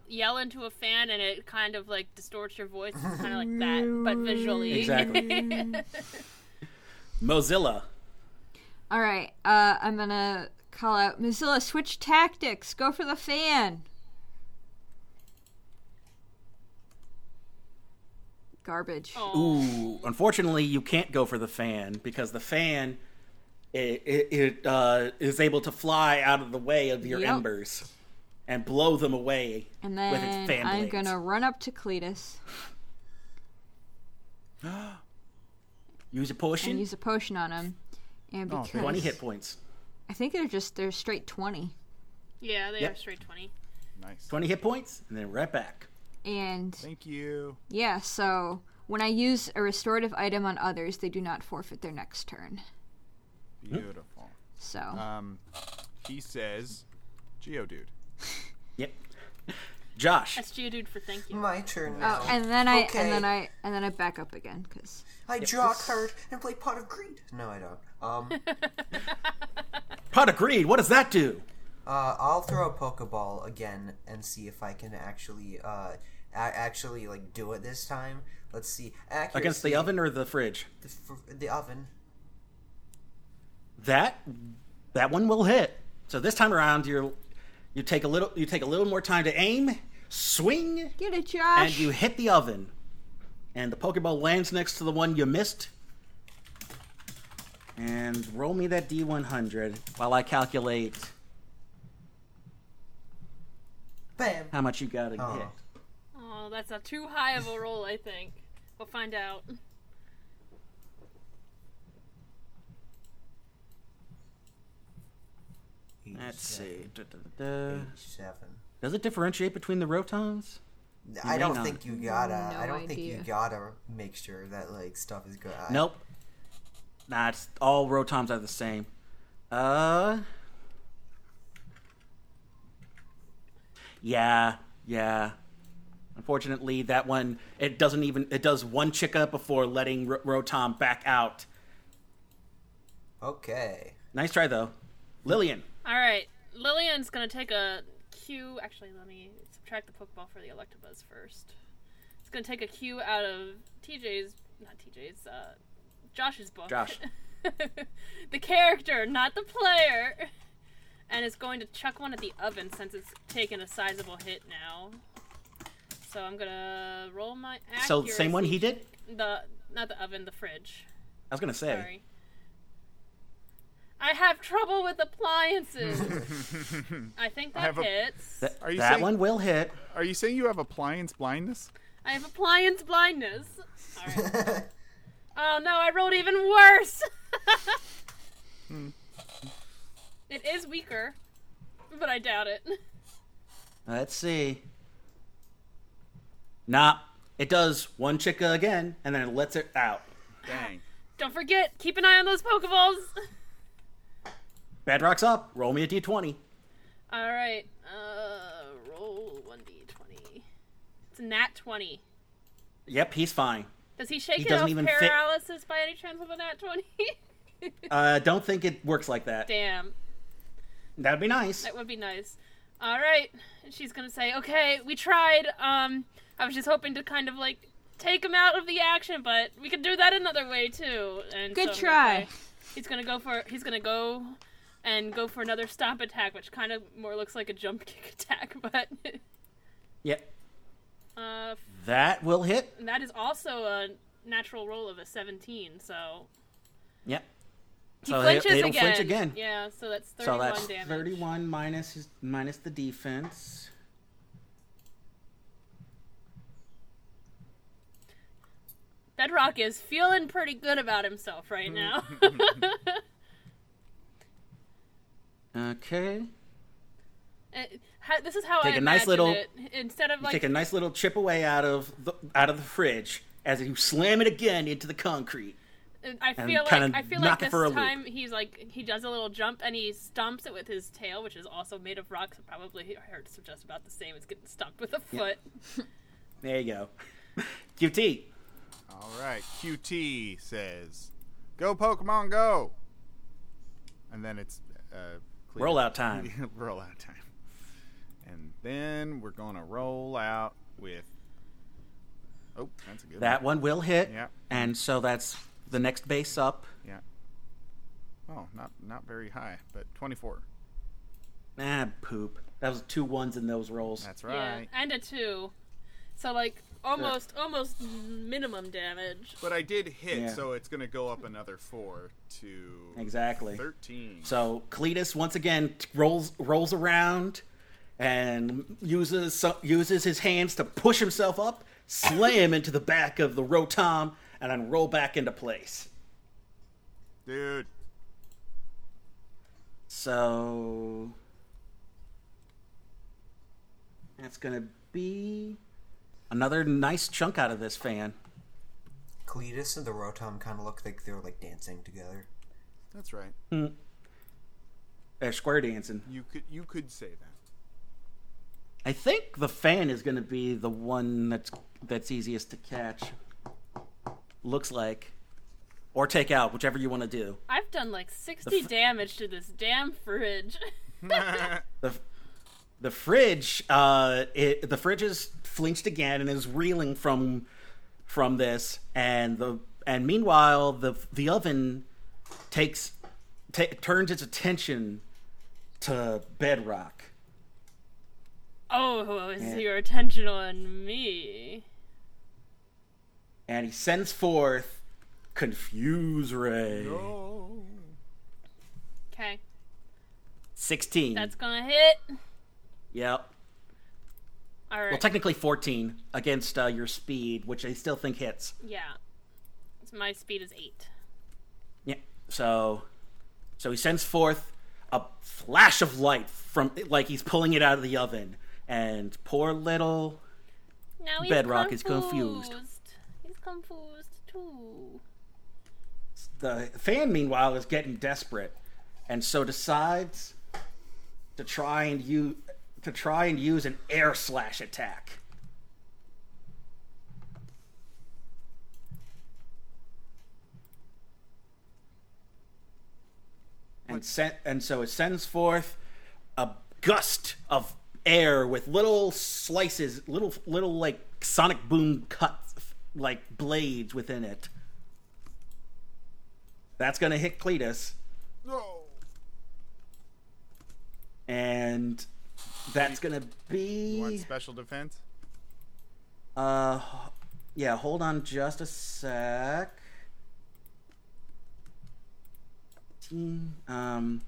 [SPEAKER 2] yell into a fan and it kind of like distorts your voice. It's kind of like that, but visually.
[SPEAKER 7] Exactly. Mozilla.
[SPEAKER 3] All right, uh, I'm gonna call out Mozilla. Switch tactics. Go for the fan. Garbage.
[SPEAKER 7] Oh. Ooh, unfortunately, you can't go for the fan because the fan it, it, it uh, is able to fly out of the way of your
[SPEAKER 3] Yep.
[SPEAKER 7] embers and blow them away
[SPEAKER 3] and
[SPEAKER 7] with its
[SPEAKER 3] then
[SPEAKER 7] fan
[SPEAKER 3] I'm
[SPEAKER 7] blades.
[SPEAKER 3] gonna run up to Cletus
[SPEAKER 7] use a
[SPEAKER 3] and
[SPEAKER 7] potion.
[SPEAKER 3] use a potion on him. And
[SPEAKER 5] Oh,
[SPEAKER 3] because
[SPEAKER 7] Twenty hit points.
[SPEAKER 3] I think they're just they're straight twenty.
[SPEAKER 2] Yeah, they
[SPEAKER 7] Yep.
[SPEAKER 2] are straight twenty.
[SPEAKER 5] Nice.
[SPEAKER 7] Twenty hit points, and then right back.
[SPEAKER 3] And
[SPEAKER 5] Thank you.
[SPEAKER 3] yeah, so when I use a restorative item on others, they do not forfeit their next turn.
[SPEAKER 5] Hmm? Beautiful.
[SPEAKER 3] So
[SPEAKER 7] Uh,
[SPEAKER 5] Um, he says, Geodude.
[SPEAKER 7] Yep. Josh.
[SPEAKER 2] That's Geodude for thank you.
[SPEAKER 4] My turn now.
[SPEAKER 3] oh, and then I
[SPEAKER 4] okay.
[SPEAKER 3] and then I and then I back up again because
[SPEAKER 4] I draw a card and play Pot of Greed. No, I don't. Um,
[SPEAKER 7] Pot of Greed, what does that do?
[SPEAKER 4] uh, I'll throw a Pokeball again and see if I can actually, uh, a- actually like do it this time. Let's see. Accuracy,
[SPEAKER 7] Against the oven or the fridge?
[SPEAKER 4] The, f- the oven.
[SPEAKER 7] That that one will hit. So this time around you you take a little you take a little more time to aim, swing,
[SPEAKER 3] get it,
[SPEAKER 7] and
[SPEAKER 3] Josh.
[SPEAKER 7] you hit the oven. And the Pokeball lands next to the one you missed. And roll me that D100 while I calculate
[SPEAKER 4] Bam.
[SPEAKER 7] how much you got to
[SPEAKER 4] Aw.
[SPEAKER 7] hit.
[SPEAKER 2] Oh, that's a too high of a roll, I think. We'll find out.
[SPEAKER 7] Let's see. Da-da-da-da.
[SPEAKER 4] Seven.
[SPEAKER 7] Does it differentiate between the Rotons?
[SPEAKER 4] I don't
[SPEAKER 7] not.
[SPEAKER 4] think you gotta.
[SPEAKER 3] No
[SPEAKER 4] I don't think you
[SPEAKER 3] idea.
[SPEAKER 4] gotta make sure that like stuff is good. I-
[SPEAKER 7] Nope. Nah, it's, all Rotoms are the same. Uh. Yeah, yeah. Unfortunately, that one it doesn't even it does one chicka before letting R- Rotom back out.
[SPEAKER 4] Okay.
[SPEAKER 7] Nice try though, Lillian.
[SPEAKER 2] All right, Lillian's gonna take a Q. Actually, let me subtract the Pokeball for the Electabuzz first. It's gonna take a Q out of TJ's, not TJ's, uh, Josh's book.
[SPEAKER 7] Josh.
[SPEAKER 2] the character, not the player. And it's going to chuck one at the oven since it's taken a sizable hit now. So I'm gonna roll my accuracy.
[SPEAKER 7] So same one he did.
[SPEAKER 2] The not the oven, the fridge.
[SPEAKER 7] I was gonna say.
[SPEAKER 2] Sorry. I have trouble with appliances. I think that
[SPEAKER 5] have a-
[SPEAKER 2] hits.
[SPEAKER 7] That,
[SPEAKER 5] Are you
[SPEAKER 7] that
[SPEAKER 5] saying-
[SPEAKER 7] one will hit.
[SPEAKER 5] Are you saying you have appliance blindness?
[SPEAKER 2] I have appliance blindness. Alright. oh no, I rolled even worse.
[SPEAKER 7] Hmm.
[SPEAKER 2] It is weaker, but I doubt it.
[SPEAKER 7] Let's see. Nah, it does one chicka again, and then it lets it out.
[SPEAKER 5] Dang.
[SPEAKER 2] Don't forget, keep an eye on those Pokeballs.
[SPEAKER 7] Bedrock's up. Roll me a d20.
[SPEAKER 2] All right, uh, roll one d twenty. It's a nat twenty.
[SPEAKER 7] Yep, he's fine.
[SPEAKER 2] Does he shake
[SPEAKER 7] He
[SPEAKER 2] it
[SPEAKER 7] doesn't
[SPEAKER 2] off
[SPEAKER 7] even fit-
[SPEAKER 2] paralysis by any chance with a nat twenty?
[SPEAKER 7] Uh, don't think it works like that.
[SPEAKER 2] Damn.
[SPEAKER 7] That'd be nice.
[SPEAKER 2] That would be nice. All right. And She's going to say, "Okay, we tried. Um I was just hoping to kind of like take him out of the action, but we could do that another way too." And
[SPEAKER 3] Good
[SPEAKER 2] so,
[SPEAKER 3] try.
[SPEAKER 2] okay, He's going to go for he's going to go and go for another stomp attack, which kind of more looks like a jump kick attack, but
[SPEAKER 7] Yep.
[SPEAKER 2] uh
[SPEAKER 7] That will hit.
[SPEAKER 2] and that is also a natural roll of a 17, so
[SPEAKER 7] Yep.
[SPEAKER 2] he
[SPEAKER 7] So they-
[SPEAKER 2] flinches
[SPEAKER 7] they don't
[SPEAKER 2] again.
[SPEAKER 7] flinch again.
[SPEAKER 2] Yeah, so that's 31
[SPEAKER 7] So that's
[SPEAKER 2] damage.
[SPEAKER 7] 31 minus his, minus the defense.
[SPEAKER 2] Bedrock is feeling pretty good about himself right now.
[SPEAKER 7] Okay.
[SPEAKER 2] It- Uh, how, this is how
[SPEAKER 7] Take
[SPEAKER 2] I
[SPEAKER 7] a nice
[SPEAKER 2] imagine
[SPEAKER 7] little-
[SPEAKER 2] it. Instead of like uh,
[SPEAKER 7] Take a nice little chip away out of the out of the fridge as you slam it again into the concrete.
[SPEAKER 2] I feel like
[SPEAKER 7] kinda
[SPEAKER 2] I feel
[SPEAKER 7] knock
[SPEAKER 2] like
[SPEAKER 7] it
[SPEAKER 2] this
[SPEAKER 7] for a loop.
[SPEAKER 2] time he's like he does a little jump and he stomps it with his tail, which is also made of rocks. It probably hurts just about the same as getting stomped with a foot.
[SPEAKER 7] There you go. QT.
[SPEAKER 5] All right. QT says, "Go Pokemon, go!" And then it's uh, clear.
[SPEAKER 7] Rollout time.
[SPEAKER 5] rollout time. And then we're going to roll out with. Oh, that's a good
[SPEAKER 7] That one will hit.
[SPEAKER 5] Yeah.
[SPEAKER 7] And so that's the next base up.
[SPEAKER 5] one. Yeah. Oh, not not very high, but 24.
[SPEAKER 7] Ah, poop. That was two ones in those rolls.
[SPEAKER 5] That's
[SPEAKER 2] Yeah,
[SPEAKER 5] right.
[SPEAKER 2] and a two. So like almost almost minimum damage.
[SPEAKER 5] But I did hit,
[SPEAKER 7] Yeah.
[SPEAKER 5] so it's going to go up another 4 to
[SPEAKER 7] exactly.
[SPEAKER 5] 13.
[SPEAKER 7] So Cletus once again t- rolls rolls around and uses so- uses his hands to push himself up, slam into the back of the rotom, and then roll back into place.
[SPEAKER 5] Dude.
[SPEAKER 7] So that's gonna be another nice chunk out of this fan.
[SPEAKER 4] Cletus and the Rotom kind of look like they're like dancing together.
[SPEAKER 5] That's right.
[SPEAKER 7] They're uh, square dancing.
[SPEAKER 5] You could you could say that.
[SPEAKER 7] I think the fan is gonna be the one that's that's easiest to catch. Looks like. Or take out, whichever you want to do.
[SPEAKER 2] I've done like sixty damage to this damn fridge.
[SPEAKER 7] the the fridge uh it, the fridge is flinched again and is reeling from from this and the and meanwhile the the oven takes ta turns its attention to bedrock
[SPEAKER 2] oh, is
[SPEAKER 7] Yeah.
[SPEAKER 2] your attention on me?
[SPEAKER 7] and he sends forth confuse ray
[SPEAKER 2] Okay,
[SPEAKER 7] 16
[SPEAKER 2] that's gonna hit.
[SPEAKER 7] yep
[SPEAKER 2] All right.
[SPEAKER 7] well technically 14 against uh, your speed which i still think hits
[SPEAKER 2] yeah, It's- my speed is eight.
[SPEAKER 7] Yeah. So, so he sends forth a flash of light from like he's pulling it out of the oven, and poor little
[SPEAKER 2] Now he's
[SPEAKER 7] Bedrock is
[SPEAKER 2] confused.
[SPEAKER 7] confused. he's
[SPEAKER 2] He's confused too.
[SPEAKER 7] the fan meanwhile is getting desperate, and so decides to try and use to try and use an air slash attack. and sent and so it sends forth a gust of air with little slices, little little like sonic boom cut like blades within it. That's gonna hit Cletus,
[SPEAKER 5] No.
[SPEAKER 7] and that's gonna
[SPEAKER 5] Want
[SPEAKER 7] be
[SPEAKER 5] special defense?
[SPEAKER 7] uh, yeah. Hold on, just a sec. Um,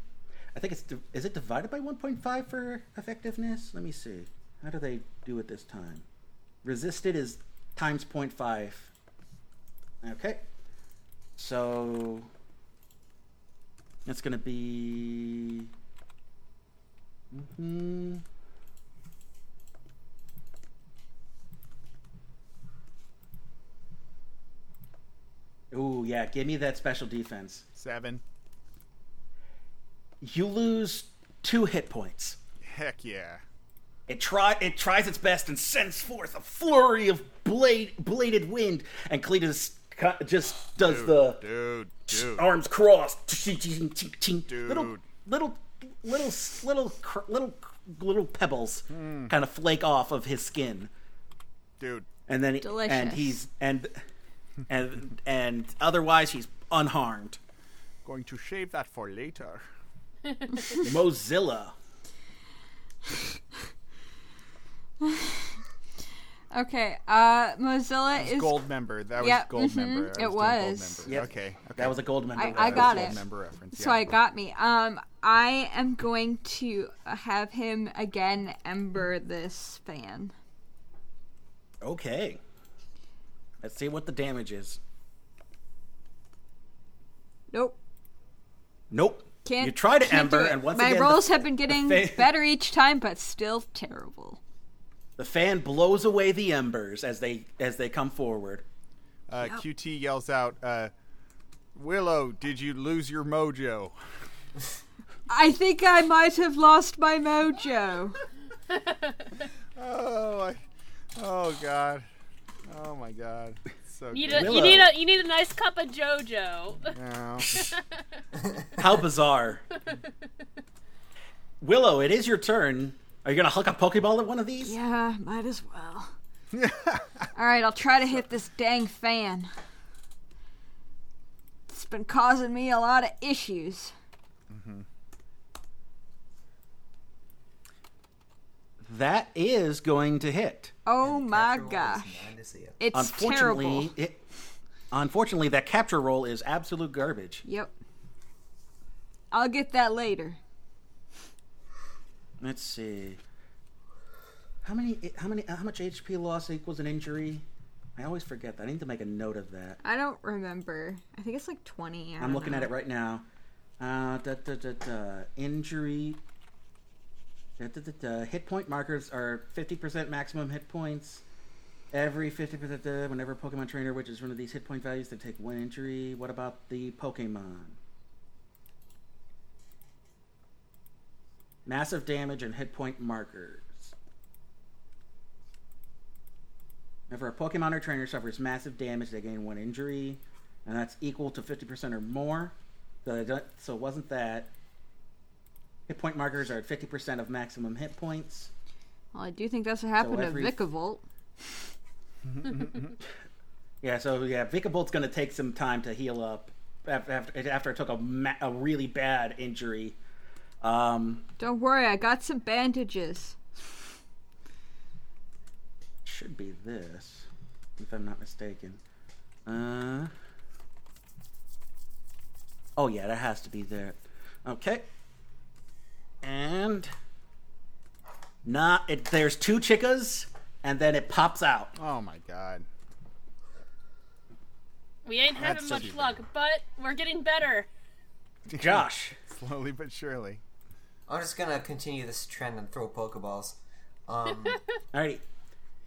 [SPEAKER 7] I think it's di- is it divided by 1.5 for effectiveness? Let me see. How do they do it this time? Resisted is times 0.5. Okay, so that's gonna be. hmm Ooh, yeah, give me that special defense.
[SPEAKER 5] 7.
[SPEAKER 7] You lose two hit points.
[SPEAKER 5] Heck yeah.
[SPEAKER 7] It try it tries its best and sends forth a flurry of blade bladed wind, and Cletus cu- just does the
[SPEAKER 5] Dude, dude.
[SPEAKER 7] arms crossed, ching, ching, ching, ching.
[SPEAKER 5] Dude.
[SPEAKER 7] little little little little cr- little little pebbles
[SPEAKER 5] Hmm.
[SPEAKER 7] kind of flake off of his skin.
[SPEAKER 5] Dude.
[SPEAKER 7] and then and
[SPEAKER 3] Delicious.
[SPEAKER 7] he's and and and otherwise he's unharmed.
[SPEAKER 5] Going to shave that for later.
[SPEAKER 7] Mozilla.
[SPEAKER 3] Okay, uh, Mozilla is.
[SPEAKER 5] gold member. That was
[SPEAKER 3] yeah,
[SPEAKER 5] gold
[SPEAKER 3] mhm,
[SPEAKER 5] member. I
[SPEAKER 3] it
[SPEAKER 5] doing gold
[SPEAKER 3] was.
[SPEAKER 5] member.
[SPEAKER 7] Yep.
[SPEAKER 5] Okay. Okay.
[SPEAKER 7] That was a gold member.
[SPEAKER 3] I-
[SPEAKER 7] right?
[SPEAKER 3] I
[SPEAKER 5] That was
[SPEAKER 3] got
[SPEAKER 5] gold
[SPEAKER 3] it.
[SPEAKER 5] Member reference.
[SPEAKER 3] So
[SPEAKER 5] yeah.
[SPEAKER 3] I got me. Um, I am going to have him again ember this fan.
[SPEAKER 7] Okay. Let's see what the damage is.
[SPEAKER 3] Nope.
[SPEAKER 7] Nope.
[SPEAKER 3] Can't
[SPEAKER 7] you try to
[SPEAKER 3] can't
[SPEAKER 7] ember,
[SPEAKER 3] do it.
[SPEAKER 7] and once
[SPEAKER 3] my
[SPEAKER 7] again,
[SPEAKER 3] rolls
[SPEAKER 7] the,
[SPEAKER 3] have been getting
[SPEAKER 7] fa-
[SPEAKER 3] better each time, but still terrible.
[SPEAKER 7] the fan blows away the embers as they as they come forward.
[SPEAKER 5] Uh, QT yells out, uh, Willow, did you lose your mojo?
[SPEAKER 3] I think I might have lost my mojo.
[SPEAKER 5] Oh, I, oh God. Oh my God. So
[SPEAKER 2] You,
[SPEAKER 5] good.
[SPEAKER 2] do,
[SPEAKER 7] Willow.
[SPEAKER 2] you need a you need a nice cup of JoJo.
[SPEAKER 5] now.
[SPEAKER 7] How bizarre. Willow, it is your turn. Are you gonna hook a Pokeball at one of these?
[SPEAKER 3] Yeah, might as well. All right, I'll try to hit this dang fan. It's been causing me a lot of issues.
[SPEAKER 7] That is going to hit.
[SPEAKER 3] Oh my
[SPEAKER 4] Natural is
[SPEAKER 3] gosh.
[SPEAKER 4] mine to see it.
[SPEAKER 3] It's
[SPEAKER 7] unfortunately,
[SPEAKER 3] terrible.
[SPEAKER 7] it, unfortunately, that capture roll is absolute garbage.
[SPEAKER 3] Yep. I'll get that later.
[SPEAKER 7] Let's see. How many? How many? How much HP loss equals an injury? I always forget that. I need to make a note of that.
[SPEAKER 3] I don't remember. I think it's like 20. I
[SPEAKER 7] I'm looking at it right now. Uh, da, da, da, da. Injury. Da, da, da, da. Hit point markers are 50% maximum hit points. Every 50% da, whenever a Pokemon trainer reaches one of these hit point values, they take one injury. What about the Pokemon? Massive damage and hit point markers. Whenever a Pokemon or trainer suffers massive damage, they gain one injury and that's equal to 50% or more. So, I don't, so it wasn't that. Hit point markers are at 50% of maximum hit points.
[SPEAKER 3] Well, I do think that's what happened
[SPEAKER 7] every-
[SPEAKER 3] to Vikavolt.
[SPEAKER 7] Yeah, so yeah, Vikabolt's going to take some time to heal up af- after, after it took a, ma- a really bad injury. Um,
[SPEAKER 3] Don't worry, I got some bandages.
[SPEAKER 7] should be this, if I'm not mistaken. Uh, oh yeah, that has to be there. Okay, and nah, it, there's two chickas, and then it pops out.
[SPEAKER 5] Oh my god.
[SPEAKER 2] We ain't having
[SPEAKER 5] That's
[SPEAKER 2] much
[SPEAKER 5] stupid.
[SPEAKER 2] luck, but we're getting better.
[SPEAKER 7] Josh,
[SPEAKER 5] Slowly but surely.
[SPEAKER 4] I'm just gonna continue this trend and throw Pokeballs. Um,
[SPEAKER 7] alrighty,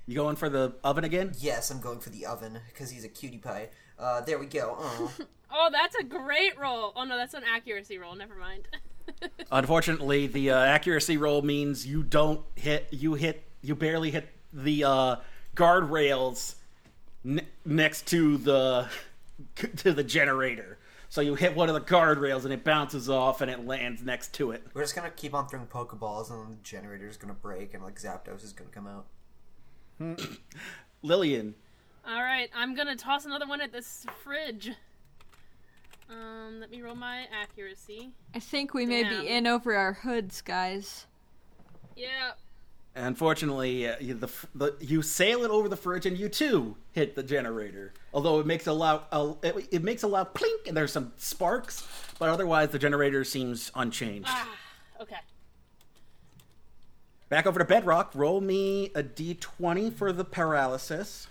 [SPEAKER 7] you going for the oven again?
[SPEAKER 4] yes, I'm going for the oven because he's a cutie pie. Uh, there we go. Oh,
[SPEAKER 2] Oh, that's a great roll. Oh no, that's an accuracy roll. Never mind.
[SPEAKER 7] Unfortunately, the uh, accuracy roll means you don't hit. You hit. You barely hit the uh, guardrails n- next to the to the generator. So you hit one of the guardrails and it bounces off and it lands next to it.
[SPEAKER 4] we're just gonna keep on throwing Pokeballs, and then the generator's gonna break, and like Zapdos is gonna come out.
[SPEAKER 7] Lillian,
[SPEAKER 2] All right, I'm gonna toss another one at this fridge. Um, let me roll my accuracy.
[SPEAKER 3] I think we may
[SPEAKER 2] Damn.
[SPEAKER 3] be in over our hoods, guys.
[SPEAKER 2] Yeah,
[SPEAKER 7] unfortunately, uh, you, the, f- the you sail it over the fridge and you too hit the generator. Although it makes a loud a, it, it makes a loud plink and there's some sparks, but otherwise the generator seems unchanged.
[SPEAKER 2] okay.
[SPEAKER 7] Back over to Bedrock. Roll me a d20 for the paralysis.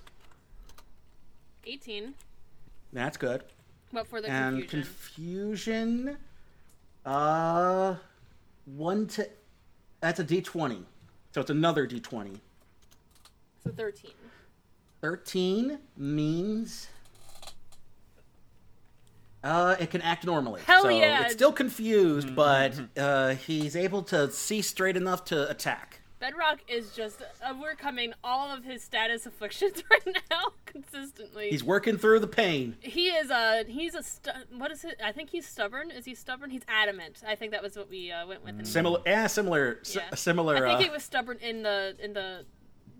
[SPEAKER 2] 18.
[SPEAKER 7] That's good.
[SPEAKER 2] But for the
[SPEAKER 7] And
[SPEAKER 2] confusion.
[SPEAKER 7] confusion. Uh, one to. That's a d20. So it's another d20.
[SPEAKER 2] so 13.
[SPEAKER 7] 13 means. Uh, it can act normally.
[SPEAKER 2] Hell
[SPEAKER 7] so
[SPEAKER 2] yeah. Mm-hmm.
[SPEAKER 7] It's still confused, but uh, he's able to see straight enough to attack.
[SPEAKER 2] Bedrock is just overcoming all of his status afflictions right now consistently.
[SPEAKER 7] He's working through the pain.
[SPEAKER 2] he is a he's a stu- what is it? I think he's stubborn. Is he stubborn? He's adamant. I think that was what we uh, went with. In
[SPEAKER 7] Similar, yeah, similar, s-
[SPEAKER 2] Yeah.
[SPEAKER 7] similar.
[SPEAKER 2] I think
[SPEAKER 7] uh,
[SPEAKER 2] he was stubborn in the in the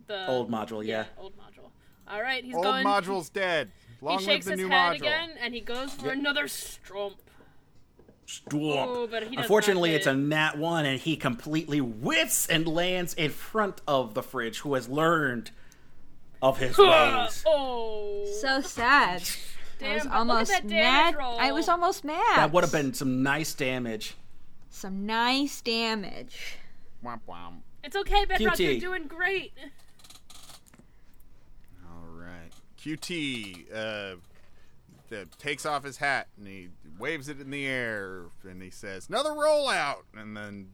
[SPEAKER 2] the
[SPEAKER 7] Old module, yeah.
[SPEAKER 2] old module. All right, he's
[SPEAKER 5] Old
[SPEAKER 2] going.
[SPEAKER 5] module's dead.
[SPEAKER 2] he
[SPEAKER 5] Long live
[SPEAKER 2] shakes
[SPEAKER 5] the
[SPEAKER 2] his
[SPEAKER 5] new
[SPEAKER 2] head
[SPEAKER 5] module.
[SPEAKER 2] again and he goes for another strump.
[SPEAKER 7] Dwarf.
[SPEAKER 2] Ooh, Oh, but he does not
[SPEAKER 7] Unfortunately,
[SPEAKER 2] hit.
[SPEAKER 7] it's a nat one, and he completely whiffs and lands in front of the fridge, who has learned of his ways.
[SPEAKER 2] oh,
[SPEAKER 3] So sad.
[SPEAKER 2] damn!
[SPEAKER 3] I was
[SPEAKER 2] but
[SPEAKER 3] almost
[SPEAKER 2] look at that
[SPEAKER 3] mad.
[SPEAKER 2] damage roll.
[SPEAKER 3] I was almost mad.
[SPEAKER 7] That would have been some nice damage.
[SPEAKER 3] some nice damage.
[SPEAKER 5] Womp womp.
[SPEAKER 2] It's okay, Bedrock.
[SPEAKER 7] QT.
[SPEAKER 2] You're doing great.
[SPEAKER 5] All right. QT uh, the, takes off his hat and he waves it in the air and he says, "Another rollout!" And then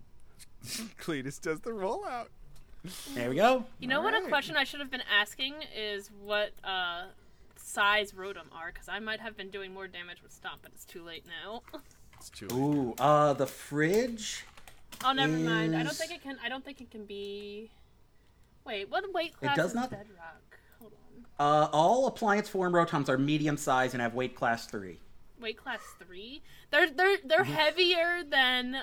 [SPEAKER 5] Cletus does the rollout.
[SPEAKER 7] There we go.
[SPEAKER 2] You know what? A question I should have been asking is what uh, size Rotom are, because I might have been doing more damage with Stomp, but it's too late now.
[SPEAKER 5] It's too
[SPEAKER 7] Ooh, uh, the fridge.
[SPEAKER 2] oh, never mind. I don't
[SPEAKER 7] Is-
[SPEAKER 2] think it can. I don't think it can be. Wait, what weight class
[SPEAKER 7] does
[SPEAKER 2] is
[SPEAKER 7] not-
[SPEAKER 2] Bedrock? Hold on.
[SPEAKER 7] Uh, all appliance form rotoms are medium size and have weight class three.
[SPEAKER 2] Weight class
[SPEAKER 7] Mm-hmm.
[SPEAKER 2] three. They're they're they're heavier than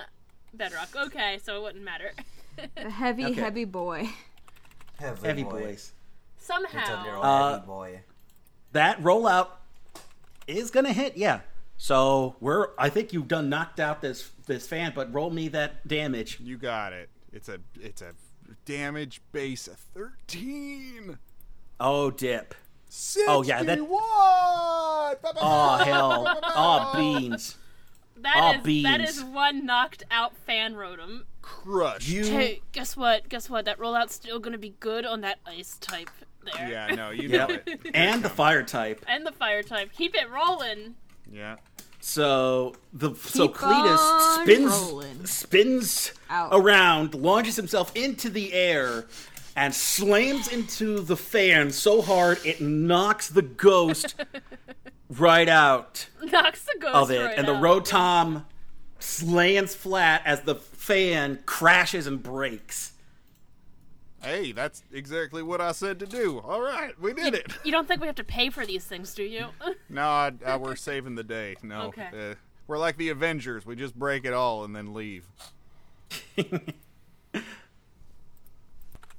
[SPEAKER 2] Bedrock. Okay, so it wouldn't matter.
[SPEAKER 3] A heavy,
[SPEAKER 7] Okay.
[SPEAKER 3] heavy boy.
[SPEAKER 4] Heavy,
[SPEAKER 7] Heavy
[SPEAKER 4] boy.
[SPEAKER 7] boys.
[SPEAKER 4] It's a
[SPEAKER 2] Somehow.
[SPEAKER 4] little
[SPEAKER 7] Uh,
[SPEAKER 4] heavy boy.
[SPEAKER 7] That rollout is gonna hit, yeah. So we're I think you've done knocked out this this fan, but roll me that damage.
[SPEAKER 5] You got it. It's a it's a damage base of thirteen.
[SPEAKER 7] Oh dip.
[SPEAKER 5] 61!
[SPEAKER 7] Oh, yeah, that- Oh hell. Oh beans.
[SPEAKER 2] That
[SPEAKER 7] Aw,
[SPEAKER 2] is that
[SPEAKER 7] beans.
[SPEAKER 2] is one knocked out fan rotum.
[SPEAKER 7] Mm-hmm.
[SPEAKER 5] Crush.
[SPEAKER 7] You
[SPEAKER 2] Hey, guess what? Guess what? That rollout's still gonna be good on that ice type there.
[SPEAKER 5] Yeah, no, you know
[SPEAKER 7] Yep.
[SPEAKER 5] it.
[SPEAKER 7] and the fire type.
[SPEAKER 2] And the fire type. Keep it rolling.
[SPEAKER 5] Yeah.
[SPEAKER 7] So the so
[SPEAKER 3] Keep
[SPEAKER 7] Cletus
[SPEAKER 3] on
[SPEAKER 7] spins
[SPEAKER 3] rolling.
[SPEAKER 7] spins
[SPEAKER 3] Out.
[SPEAKER 7] around, launches himself into the air, and slams into the fan so hard it knocks the ghost right out
[SPEAKER 2] Knocks the ghost
[SPEAKER 7] of it,
[SPEAKER 2] right
[SPEAKER 7] and the
[SPEAKER 2] out.
[SPEAKER 7] rotom slams flat as the fan crashes and breaks.
[SPEAKER 5] Hey, that's exactly what I said to do. All right, we did it.
[SPEAKER 2] You don't think we have to pay for these things, do you?
[SPEAKER 5] No, I, I, we're saving the day. No,
[SPEAKER 2] Okay.
[SPEAKER 5] uh, we're like the Avengers. We just break it all and then leave.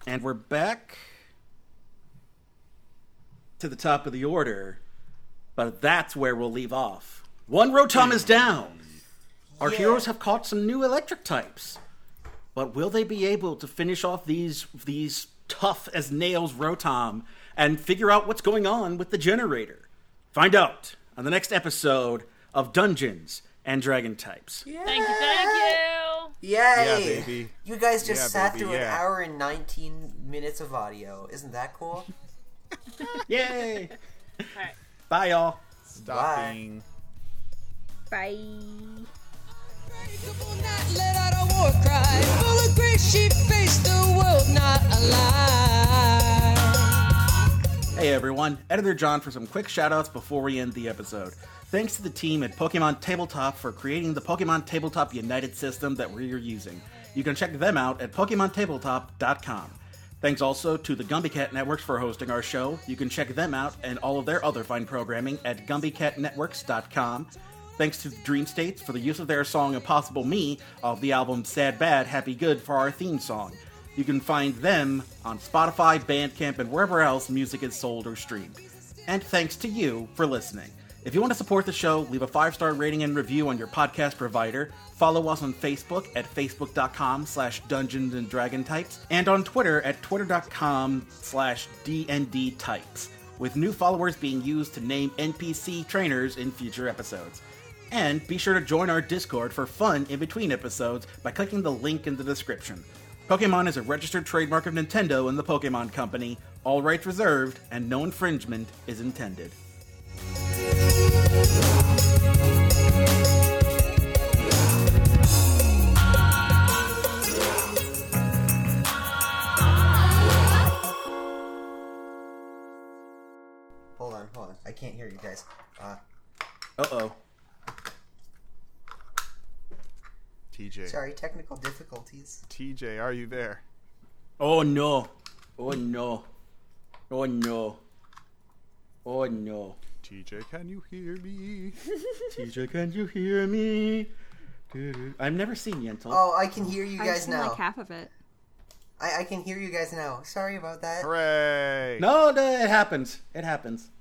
[SPEAKER 7] And we're back to the top of the order, but that's where we'll leave off. One Rotom is down. Our heroes have caught some new electric types. But will they be able to finish off these these tough as nails Rotom and figure out what's going on with the generator? Find out on the next episode of Dungeons and Dragon Types.
[SPEAKER 2] thank you, thank you.
[SPEAKER 4] Yay!
[SPEAKER 5] Yeah, baby.
[SPEAKER 4] You guys just
[SPEAKER 5] Yeah,
[SPEAKER 4] sat
[SPEAKER 5] baby,
[SPEAKER 4] through an
[SPEAKER 5] yeah.
[SPEAKER 4] hour and 19 minutes of audio. Isn't that cool?
[SPEAKER 7] Yay!
[SPEAKER 2] All right.
[SPEAKER 7] Bye y'all.
[SPEAKER 5] Stop
[SPEAKER 4] Bye.
[SPEAKER 5] being
[SPEAKER 3] Bye.
[SPEAKER 6] Unbreakable, not let out a war cry. Full of grace, she faced the world, not alive.
[SPEAKER 1] Hey everyone, Editor John for some quick shoutouts before we end the episode. Thanks to the team at Pokemon Tabletop for creating the Pokemon Tabletop United system that we're using. You can check them out at PokemonTabletop.com. Thanks also to the GumbyCat Networks for hosting our show. You can check them out and all of their other fine programming at GumbyCatNetworks.com. Thanks to Dream States for the use of their song Impossible Me of the album Sad Bad, Happy Good for our theme song. You can find them on Spotify, Bandcamp, and wherever else music is sold or streamed. And thanks to you for listening. If you want to support the show, leave a five-star rating and review on your podcast provider. Follow us on Facebook at facebook.com slash dungeons and dragon types and on Twitter at twitter.com slash DND types, with new followers being used to name NPC trainers in future episodes. And be sure to join our Discord for fun in between episodes by clicking the link in the description. Pokemon is a registered trademark of Nintendo and the Pokemon Company, all rights reserved, and no infringement is intended.
[SPEAKER 4] Hold on, hold on. I can't hear you guys. Uh,
[SPEAKER 7] Uh oh.
[SPEAKER 5] TJ.
[SPEAKER 4] sorry, technical difficulties.
[SPEAKER 5] TJ, are you there?
[SPEAKER 7] Oh no. Oh no. Oh no. Oh no.
[SPEAKER 5] TJ, can you hear me?
[SPEAKER 7] TJ, can you hear me? Doo-doo. I've never seen Yentl.
[SPEAKER 4] Oh, I can hear you
[SPEAKER 3] I've
[SPEAKER 4] guys
[SPEAKER 3] seen
[SPEAKER 4] now.
[SPEAKER 3] like half of it.
[SPEAKER 4] I, I can hear you guys now. Sorry about that.
[SPEAKER 5] Hooray!
[SPEAKER 7] No, no, it happens. It happens.